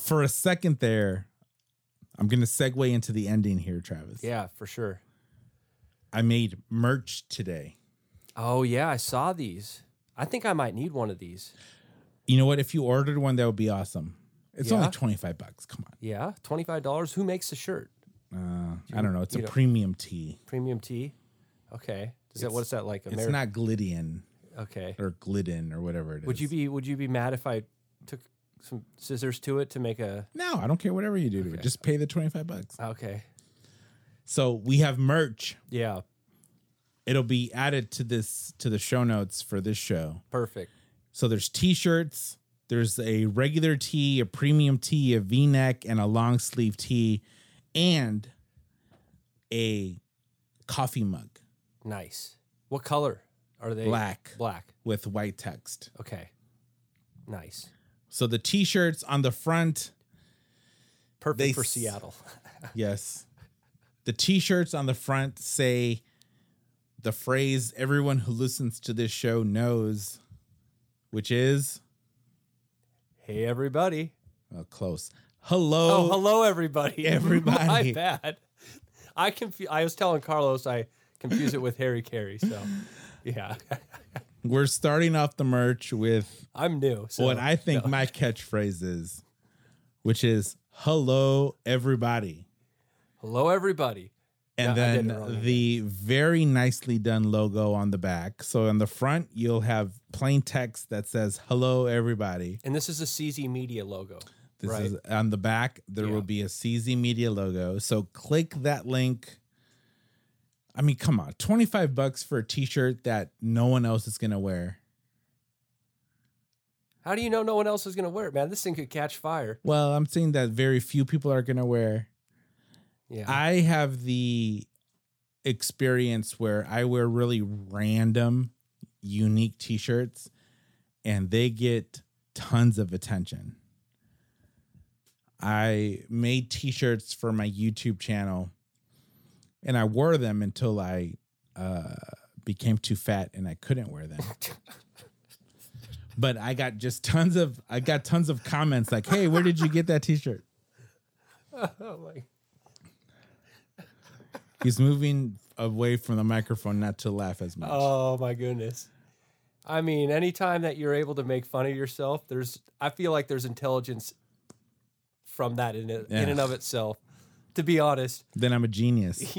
A: For a second there, I'm gonna segue into the ending here, Travis.
B: Yeah, for sure.
A: I made merch today.
B: Oh yeah, I saw these. I think I might need one of these.
A: You know what? If you ordered one, that would be awesome. It's
B: Yeah?
A: only 25 bucks. Come
B: Yeah, twenty five dollars. Who makes the shirt?
A: on. Uh, I don't know. It's a
B: you don't-
A: premium tea.
B: Premium tea. Okay. Is that what's that like?
A: It's
B: Ameri-
A: not Glidian
B: okay.
A: or Glidden or whatever it is.
B: Would you be Would you be mad if I took some scissors to it to make a?
A: No, I don't care. Whatever you do to it, just pay the 25 bucks.
B: Okay.
A: So we have merch.
B: Yeah.
A: It'll be added to this to the show notes for this show.
B: Perfect.
A: So there's t-shirts, there's a regular tee, a premium tee, a v-neck, and a long sleeve tee, and a coffee mug,
B: Nice. What color are they?
A: black
B: Black.
A: with white text.
B: Okay. Nice.
A: So the t-shirts on the front,
B: Perfect
A: They
B: for
A: s-
B: Seattle.
A: yes. The t-shirts on the front say the phrase everyone who listens to this show knows, which is
B: Hey everybody.
A: well, close.
B: Oh,
A: Hello.
B: hello, everybody.
A: Everybody.
B: My bad. I confu- I was telling Carlos I confuse it with Harry Carey. So, yeah,
A: We're starting off the merch with
B: I'm new. So
A: what I think my catchphrase is, which is hello everybody.
B: hello, everybody.
A: And
B: Yeah, I did it
A: then
B: wrong.
A: the very nicely done logo on the back. So on the front, you'll have plain text that says hello everybody.
B: And this is a CZ Media logo.
A: This
B: Right.
A: is on the back. There
B: Yeah.
A: will be a CZ Media logo. So click that link. I mean, come on, twenty five bucks for a T shirt that no one else is gonna wear.
B: How do you know no one else is gonna wear it, man? This thing could catch fire.
A: Well, I'm saying that very few people are gonna wear.
B: Yeah.
A: I have the experience where I wear really random, unique t shirts and they get tons of attention. I made t shirts for my YouTube channel and I wore them until I uh, became too fat and I couldn't wear them. but I got just tons of I got tons of comments like, "Hey, where did you get that t-shirt?"
B: oh my.
A: He's moving away from the microphone not to laugh as much.
B: Oh my goodness. I mean, anytime that you're able to make fun of yourself, there's I feel like there's intelligence from that in it, in and
A: Yeah.
B: of itself. To be honest.
A: then I'm a genius.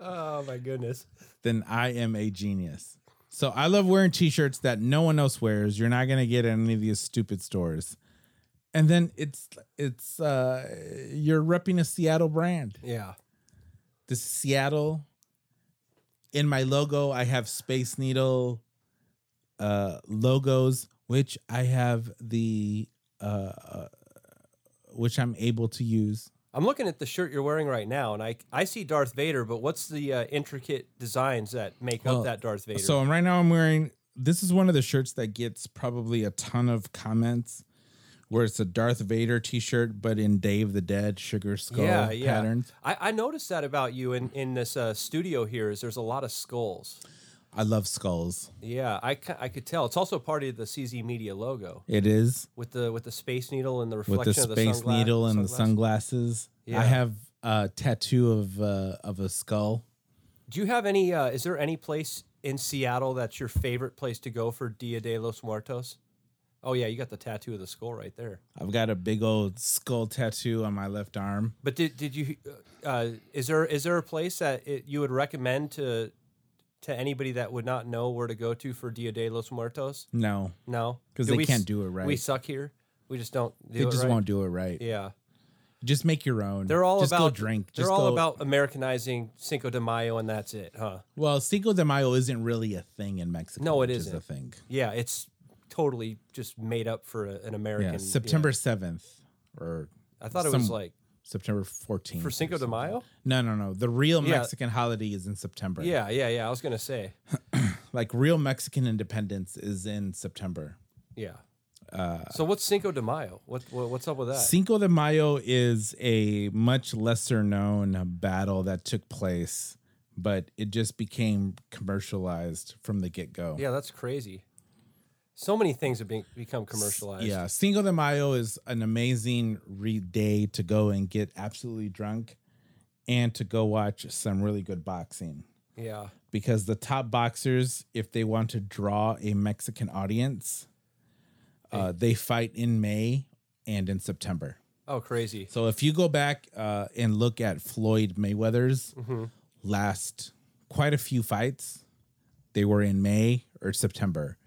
B: Oh my goodness.
A: then I am a genius. So I love wearing t-shirts that no one else wears. You're not gonna get at any of these stupid stores. And then it's it's uh you're repping a Seattle brand.
B: Yeah.
A: This is Seattle. In my logo, I have Space Needle uh logos, which I have the uh, uh which I'm able to use.
B: I'm looking at the shirt you're wearing right now, and I I see Darth Vader, but what's the uh, intricate designs that make
A: Well,
B: up that Darth Vader?
A: So right now I'm wearing this is one of the shirts that gets probably a ton of comments. where it's a Darth Vader T-shirt, but in Dave the Dead sugar skull
B: yeah, yeah.
A: patterns.
B: I, I noticed that about you in in this uh, studio here. Is there's a lot of skulls.
A: I love skulls.
B: Yeah, I, ca- I could tell. It's also part of the CZ Media logo
A: It is
B: with the with the space needle and the reflection
A: with the
B: of the
A: space
B: sungla-
A: needle and the
B: sunglasses.
A: sunglasses.
B: Yeah.
A: I have a tattoo of uh, of a skull.
B: Do you have any? Uh, is there any place in Seattle that's your favorite place to go for Dia de los Muertos? Oh yeah, you got the tattoo of the skull right there.
A: I've got a big old skull tattoo on my left arm.
B: But did did you? Uh, is there is there a place that it, you would recommend to to anybody that would not know where to go to for Dia de los Muertos?
A: No,
B: No,
A: 'Cause
B: Do
A: they
B: we
A: can't
B: s-
A: do it right.
B: We suck here. We just don't. Do
A: they
B: it
A: just
B: right.
A: won't do it right.
B: Yeah,
A: Just make your own.
B: they're all
A: just
B: about
A: go drink.
B: They're
A: Just
B: all
A: go-
B: about Americanizing Cinco de Mayo, and that's it, huh?
A: Well, Cinco de Mayo isn't really a thing in Mexico.
B: No, it
A: which Is
B: isn't.
A: a thing.
B: Yeah, it's totally just made up for a, an American.
A: Yeah,
B: yeah.
A: September seventh or
B: I thought it was
A: some-
B: like
A: September fourteenth
B: for Cinco de Mayo.
A: No, no, no. The real
B: Yeah.
A: Mexican holiday is in September.
B: Yeah, yeah, yeah. I was gonna say.
A: like real Mexican independence is in September.
B: Yeah.
A: Uh,
B: so what's Cinco de Mayo? What, what what's up with that?
A: Cinco de Mayo is a much lesser known battle that took place, but it just became commercialized from the get go.
B: Yeah, that's crazy. So many things have been, become commercialized.
A: Yeah, Cinco de Mayo is an amazing re- day to go and get absolutely drunk and to go watch some really good boxing
B: Yeah.
A: because the top boxers, if they want to draw a Mexican audience, uh, they fight in May and in September.
B: Oh, crazy.
A: So if you go back uh, and look at Floyd Mayweather's last quite a few fights, they were in May or September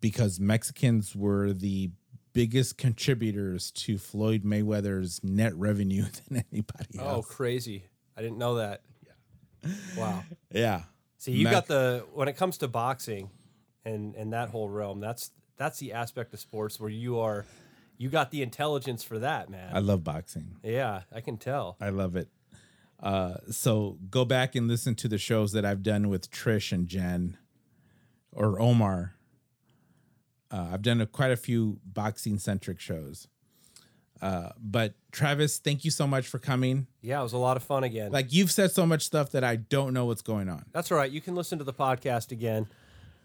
A: because Mexicans were the biggest contributors to Floyd Mayweather's net revenue than anybody
B: Oh,
A: else.
B: crazy. I didn't know that. Wow.
A: Yeah.
B: See, you
A: Mac-
B: got the when it comes to boxing and and that whole realm, that's that's the aspect of sports where you are you got the intelligence for that, man.
A: I love boxing.
B: yeah, I can tell.
A: I love it. Uh, so go back and listen to the shows that I've done with Trish and Jen or Omar. Uh, I've done a, quite a few boxing centric shows. Uh, but Travis, thank you so much for coming.
B: Yeah, it was a lot of fun again.
A: Like you've said so much stuff that I don't know what's going on.
B: that's all right. You can listen to the podcast again.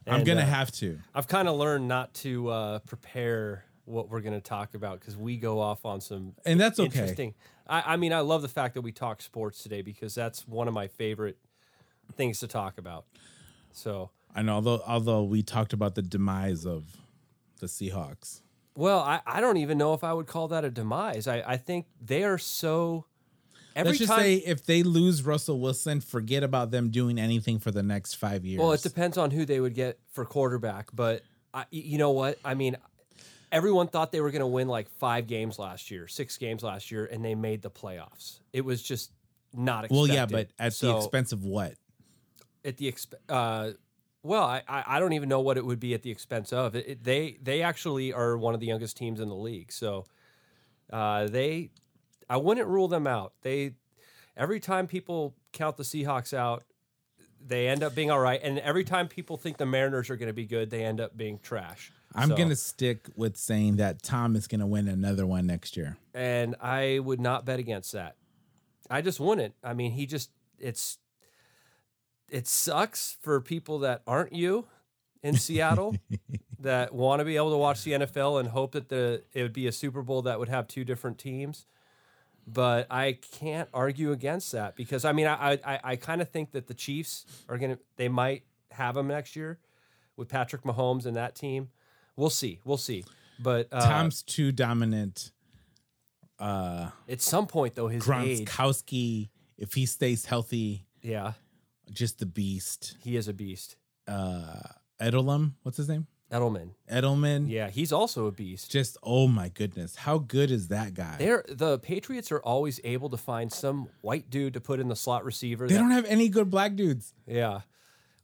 A: I'm
B: And,
A: gonna
B: uh,
A: have to.
B: I've kind of learned not to uh, prepare what we're going to talk about because we go off on some
A: And that's okay.
B: interesting. I, I mean, I love the fact that we talk sports today because that's one of my favorite things to talk about. So,
A: And although although we talked about the demise of the Seahawks.
B: well, I, I don't even know if I would call that a demise. I, I think they are so. Every
A: Let's just
B: time,
A: say if they lose Russell Wilson, forget about them doing anything for the next five years.
B: Well, it depends on who they would get for quarterback, but I, you know what? I mean, everyone thought they were going to win like five games last year, six games last year, and they made the playoffs. It was just not expected.
A: Well, yeah, but at the
B: So,
A: expense of what?
B: at the exp- uh, well, I, I I don't even know what it would be at the expense of. It, it- they they actually are one of the youngest teams in the league, so uh, they I wouldn't rule them out. They every time people count the Seahawks out, they end up being all right, and every time people think the Mariners are going to be good, they end up being trash.
A: I'm
B: So-
A: gonna stick with saying that Tom is gonna win another one next year.
B: and I would not bet against that. I just wouldn't. I mean, he just it's it sucks for people that aren't you in Seattle that want to be able to watch the NFL and hope that the it would be a Super Bowl that would have two different teams. But I can't argue against that because I mean I I, I kind of think that the Chiefs are gonna they might have him next year with Patrick Mahomes and that team. We'll see. We'll see. But uh,
A: Tom's too dominant. Uh,
B: at some point though his age
A: Gronkowski, if he stays healthy,
B: Yeah,
A: just the beast.
B: he is a beast.
A: Uh, Edelman, what's his name?
B: Edelman.
A: Edelman.
B: Yeah, he's also a beast.
A: Just oh my goodness, how good is that guy?
B: They're, the Patriots are always able to find some white dude to put in the slot receiver.
A: They
B: that-
A: don't have any good black dudes.
B: yeah.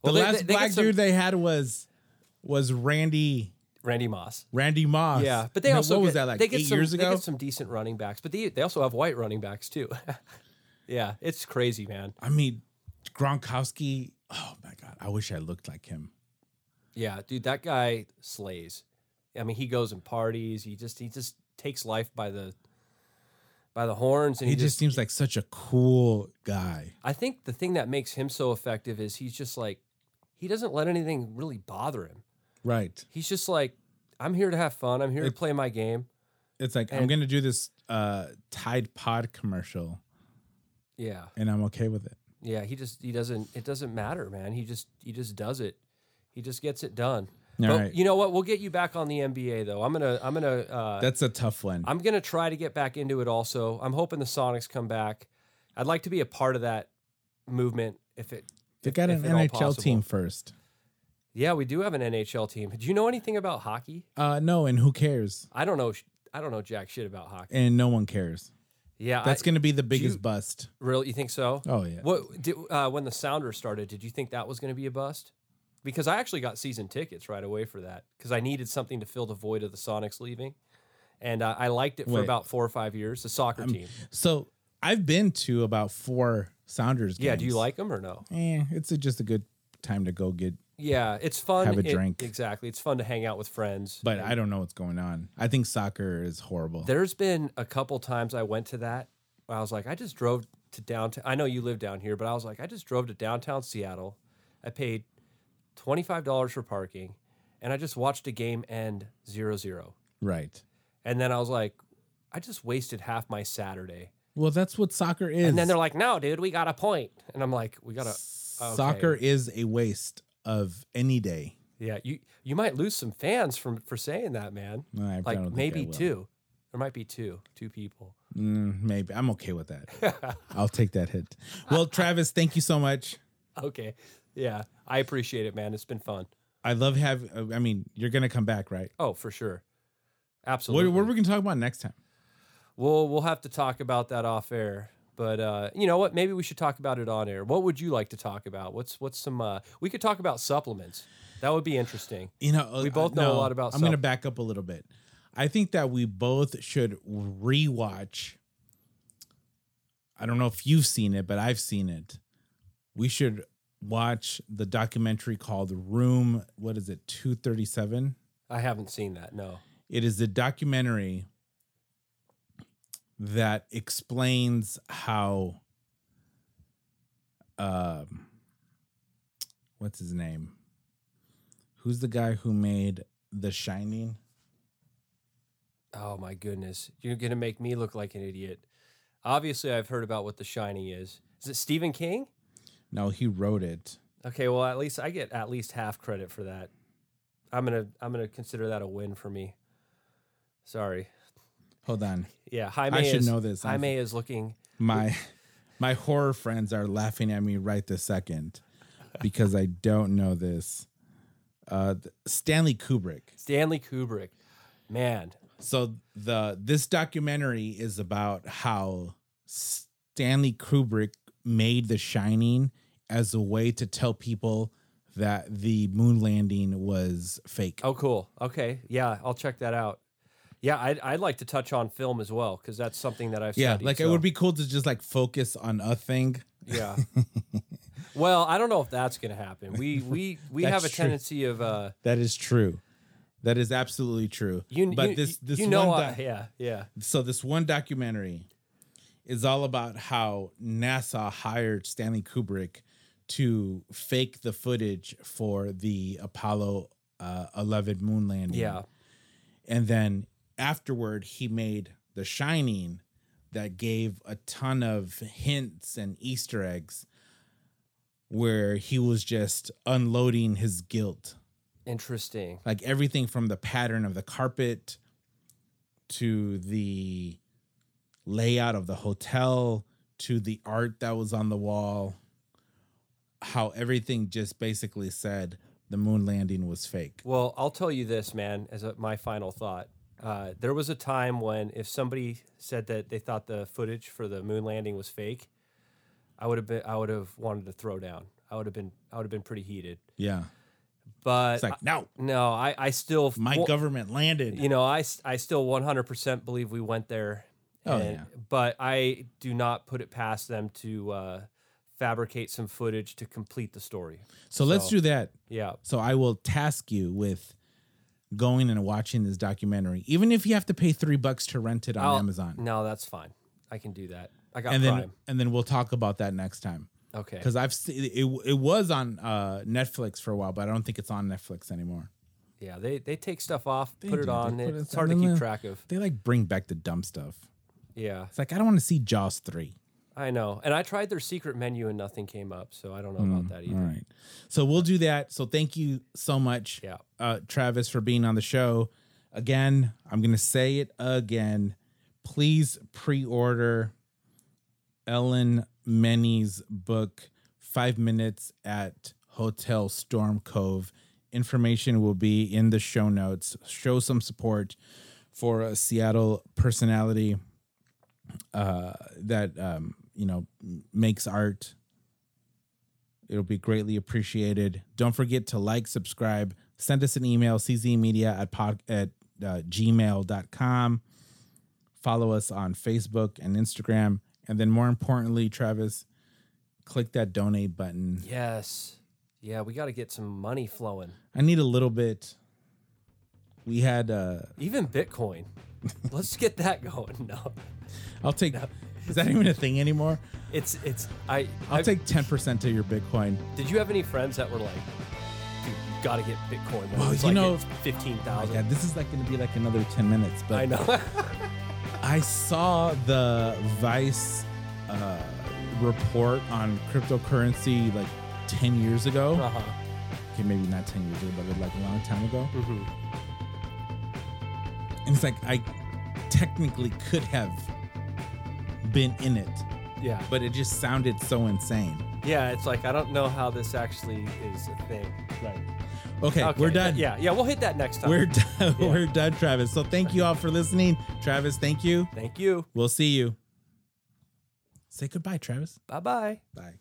A: The
B: Well, they-
A: last
B: they- they get
A: black
B: some-
A: dude they had was was Randy
B: Randy Moss.
A: Randy Moss.
B: Yeah, but they
A: Now,
B: also
A: what
B: get,
A: was that like
B: they get
A: eight
B: some,
A: years
B: They
A: ago?
B: get some decent running backs, but they they also have white running backs too. yeah, it's crazy, man.
A: I mean, Gronkowski. Oh my god, I wish I looked like him.
B: Yeah, dude, that guy slays. I mean, he goes and parties. He just he just takes life by the by the horns and
A: He just seems like such a cool guy.
B: I think the thing that makes him so effective is he's just like he doesn't let anything really bother him.
A: Right.
B: He's just like I'm here to have fun. I'm here to
A: It-
B: play my game.
A: It's like I'm
B: And-
A: gonna do this uh Tide Pod commercial
B: Yeah.
A: and I'm okay with it.
B: Yeah, he just he doesn't it doesn't matter, man. He just he just does it. He just gets it done.
A: All
B: but
A: right.
B: you know what? We'll get you back on the NBA though. I'm gonna I'm gonna uh,
A: That's a tough one.
B: I'm gonna try to get back into it also. I'm hoping the Sonics come back. I'd like to be a part of that movement if it
A: They
B: if-
A: got
B: if
A: an
B: at all
A: NHL team
B: possible.
A: first.
B: Yeah, we do have an NHL team. Do you know anything about hockey?
A: Uh no, and who cares?
B: I don't know sh- I don't know jack shit about hockey.
A: And no one cares.
B: Yeah,
A: That's
B: I,
A: gonna be the biggest
B: you-
A: bust.
B: really you think so?
A: Oh yeah.
B: What did, uh, when the Sounder started? Did you think that was going to be a bust? Because I actually got season tickets right away for that because I needed something to fill the void of the Sonics leaving, and uh, I liked it for
A: Wait.
B: about four or five years. The soccer team.
A: So I've been to about four Sounders games.
B: Yeah, do you like them or no?
A: Eh, it's a, just a good time to go get.
B: Yeah, it's fun.
A: Have a
B: It-
A: drink.
B: Exactly, it's fun to hang out with friends.
A: But I don't know what's going on. I think soccer is horrible.
B: There's been a couple times I went to that where I was like, I just drove to downtown. I know you live down here, but I was like, I just drove to downtown Seattle. I paid $25 for parking and I just watched a game end 0 0.
A: right.
B: And then I was like, I just wasted half my Saturday.
A: Well, that's what soccer is.
B: And then they're like, no, dude, we got a point. And I'm like, we got a. okay.
A: soccer is a waste of any day.
B: Yeah, you, you might lose some fans from, for saying that, man.
A: No, I don't
B: Like
A: think I
B: maybe
A: will.
B: two. There might be two, two people.
A: Mm, maybe I'm okay with that. I'll take that hit. Well, Travis, thank you so much.
B: Okay. Yeah. I appreciate it, man. It's been fun.
A: I love having. I mean, you're gonna come back, right?
B: Oh, for sure.
A: What,
B: Absolutely.
A: what are we gonna talk about next time?
B: we'll we'll have to talk about that off air. But uh, you know what? Maybe we should talk about it on air. What would you like to talk about? What's what's some? Uh, we could talk about supplements. That would be interesting.
A: You know,
B: We
A: uh,
B: both know a lot about
A: I'm going to
B: self-
A: back up a little bit. I think that we both should rewatch. I don't know if you've seen it, but I've seen it. We should watch the documentary called Room. What is it? Two thirty seven.
B: I haven't seen that. No.
A: It is a documentary that explains how um what's his name? Who's the guy who made The Shining?
B: Oh my goodness! You're gonna make me look like an idiot. Obviously, I've heard about what The Shining is. Is it Stephen King?
A: No, he wrote it.
B: Okay. Well, at least I get at least half credit for that. I'm gonna I'm gonna consider that a win for me. Sorry.
A: Hold on.
B: Yeah. Jaime
A: I should
B: is,
A: know this. I'm-
B: Jaime is looking.
A: My my horror friends are laughing at me right this second because I don't know this. Uh th- Stanley Kubrick.
B: Stanley Kubrick. Man,
A: So the this documentary is about how Stanley Kubrick made The Shining as a way to tell people that the moon landing was fake.
B: Oh, cool. Okay. Yeah, I'll check that out. Yeah, I'd, I'd like to touch on film as well because that's something that I've
A: yeah,
B: studied,
A: like it
B: so-
A: would be cool to just like focus on a thing.
B: yeah. well, I don't know if that's going to happen. We we we have
A: That's
B: a
A: true.
B: tendency of uh
A: That is true. That is absolutely true.
B: you
A: but
B: you,
A: this this
B: you know
A: one Mm.
B: I-
A: doc-
B: yeah yeah
A: so this one documentary is all about how NASA hired Stanley Kubrick to fake the footage for the Apollo uh, 11 moon landing.
B: yeah
A: And then afterward, he made The Shining that gave a ton of hints and Easter eggs where he was just unloading his guilt
B: interesting
A: like everything from the pattern of the carpet to the layout of the hotel to the art that was on the wall how everything just basically said the moon landing was fake
B: Well, I'll tell you this, man, as a, my final thought. Uh, there was a time when if somebody said that they thought the footage for the moon landing was fake, I would have been I would have wanted to throw down. I would have been I would have been pretty heated.
A: yeah
B: But
A: it's like no
B: no, I I still
A: my
B: well,
A: government landed
B: You know, I s- I still 100% believe we went there.
A: Oh, yeah.
B: But I do not put it past them to uh, fabricate some footage to complete the story.
A: so let's
B: so-
A: do that
B: Yeah.
A: so i will task you with going and watching this documentary, even if you have to pay three bucks to rent it on
B: I'll-
A: Amazon.
B: No, that's fine. I can do that. I got
A: And then
B: Prime.
A: and then we'll talk about that next time
B: okay.
A: because I've seen it. It was on uh, Netflix for a while, but I don't think it's on Netflix anymore.
B: Yeah, they they take stuff off, put it
A: do,
B: on.
A: they put
B: it-
A: it
B: it's hard to
A: on
B: keep
A: the-
B: track of.
A: They like bring back the dumb stuff.
B: Yeah,
A: It's like I don't want to see Jaws three.
B: I know. And I tried their secret menu and nothing came up, so I don't know about that either.
A: All right, so we'll do that. So thank you so much,
B: Yeah.
A: uh, Travis, for being on the show. Again, I'm gonna say it again. Please pre-order Ellen Many's book, Five Minutes at Hotel Storm Cove. Information will be in the show notes. Show some support for a Seattle personality uh, that um, you know m- makes art. It'll be greatly appreciated. Don't forget to like, subscribe, send us an email, czmedia at pod at uh, gmail.com. Follow us on Facebook and Instagram. And then more importantly, Travis, click that donate button.
B: Yes. Yeah, we got to get some money flowing.
A: I need a little bit. We had uh
B: Even Bitcoin. Let's get that going. No.
A: I'll take is that even a thing anymore?
B: It's it's I
A: I'll
B: I-
A: take 10% of your Bitcoin.
B: Did you have any friends that were like, dude, you got to get Bitcoin when
A: Well,
B: it's
A: you
B: like
A: know-
B: at 15,000?
A: Yeah, this is like gonna be like another 10 minutes, but
B: I know.
A: I saw the Vice uh, report on cryptocurrency like 10 years ago.
B: uh-huh.
A: Okay, maybe not 10 years ago, but like a long time ago.
B: hmm
A: And it's like I technically could have been in it,
B: Yeah.
A: but it just sounded so insane.
B: Yeah, it's like I don't know how this actually is a thing. Like
A: Okay, we're
B: okay,
A: done.
B: Yeah, yeah, we'll hit that next time.
A: We're done.
B: Yeah.
A: We're done, Travis. So thank you all for listening. Travis, thank you.
B: Thank you.
A: We'll see you. Say goodbye, Travis.
B: Bye bye.
A: Bye.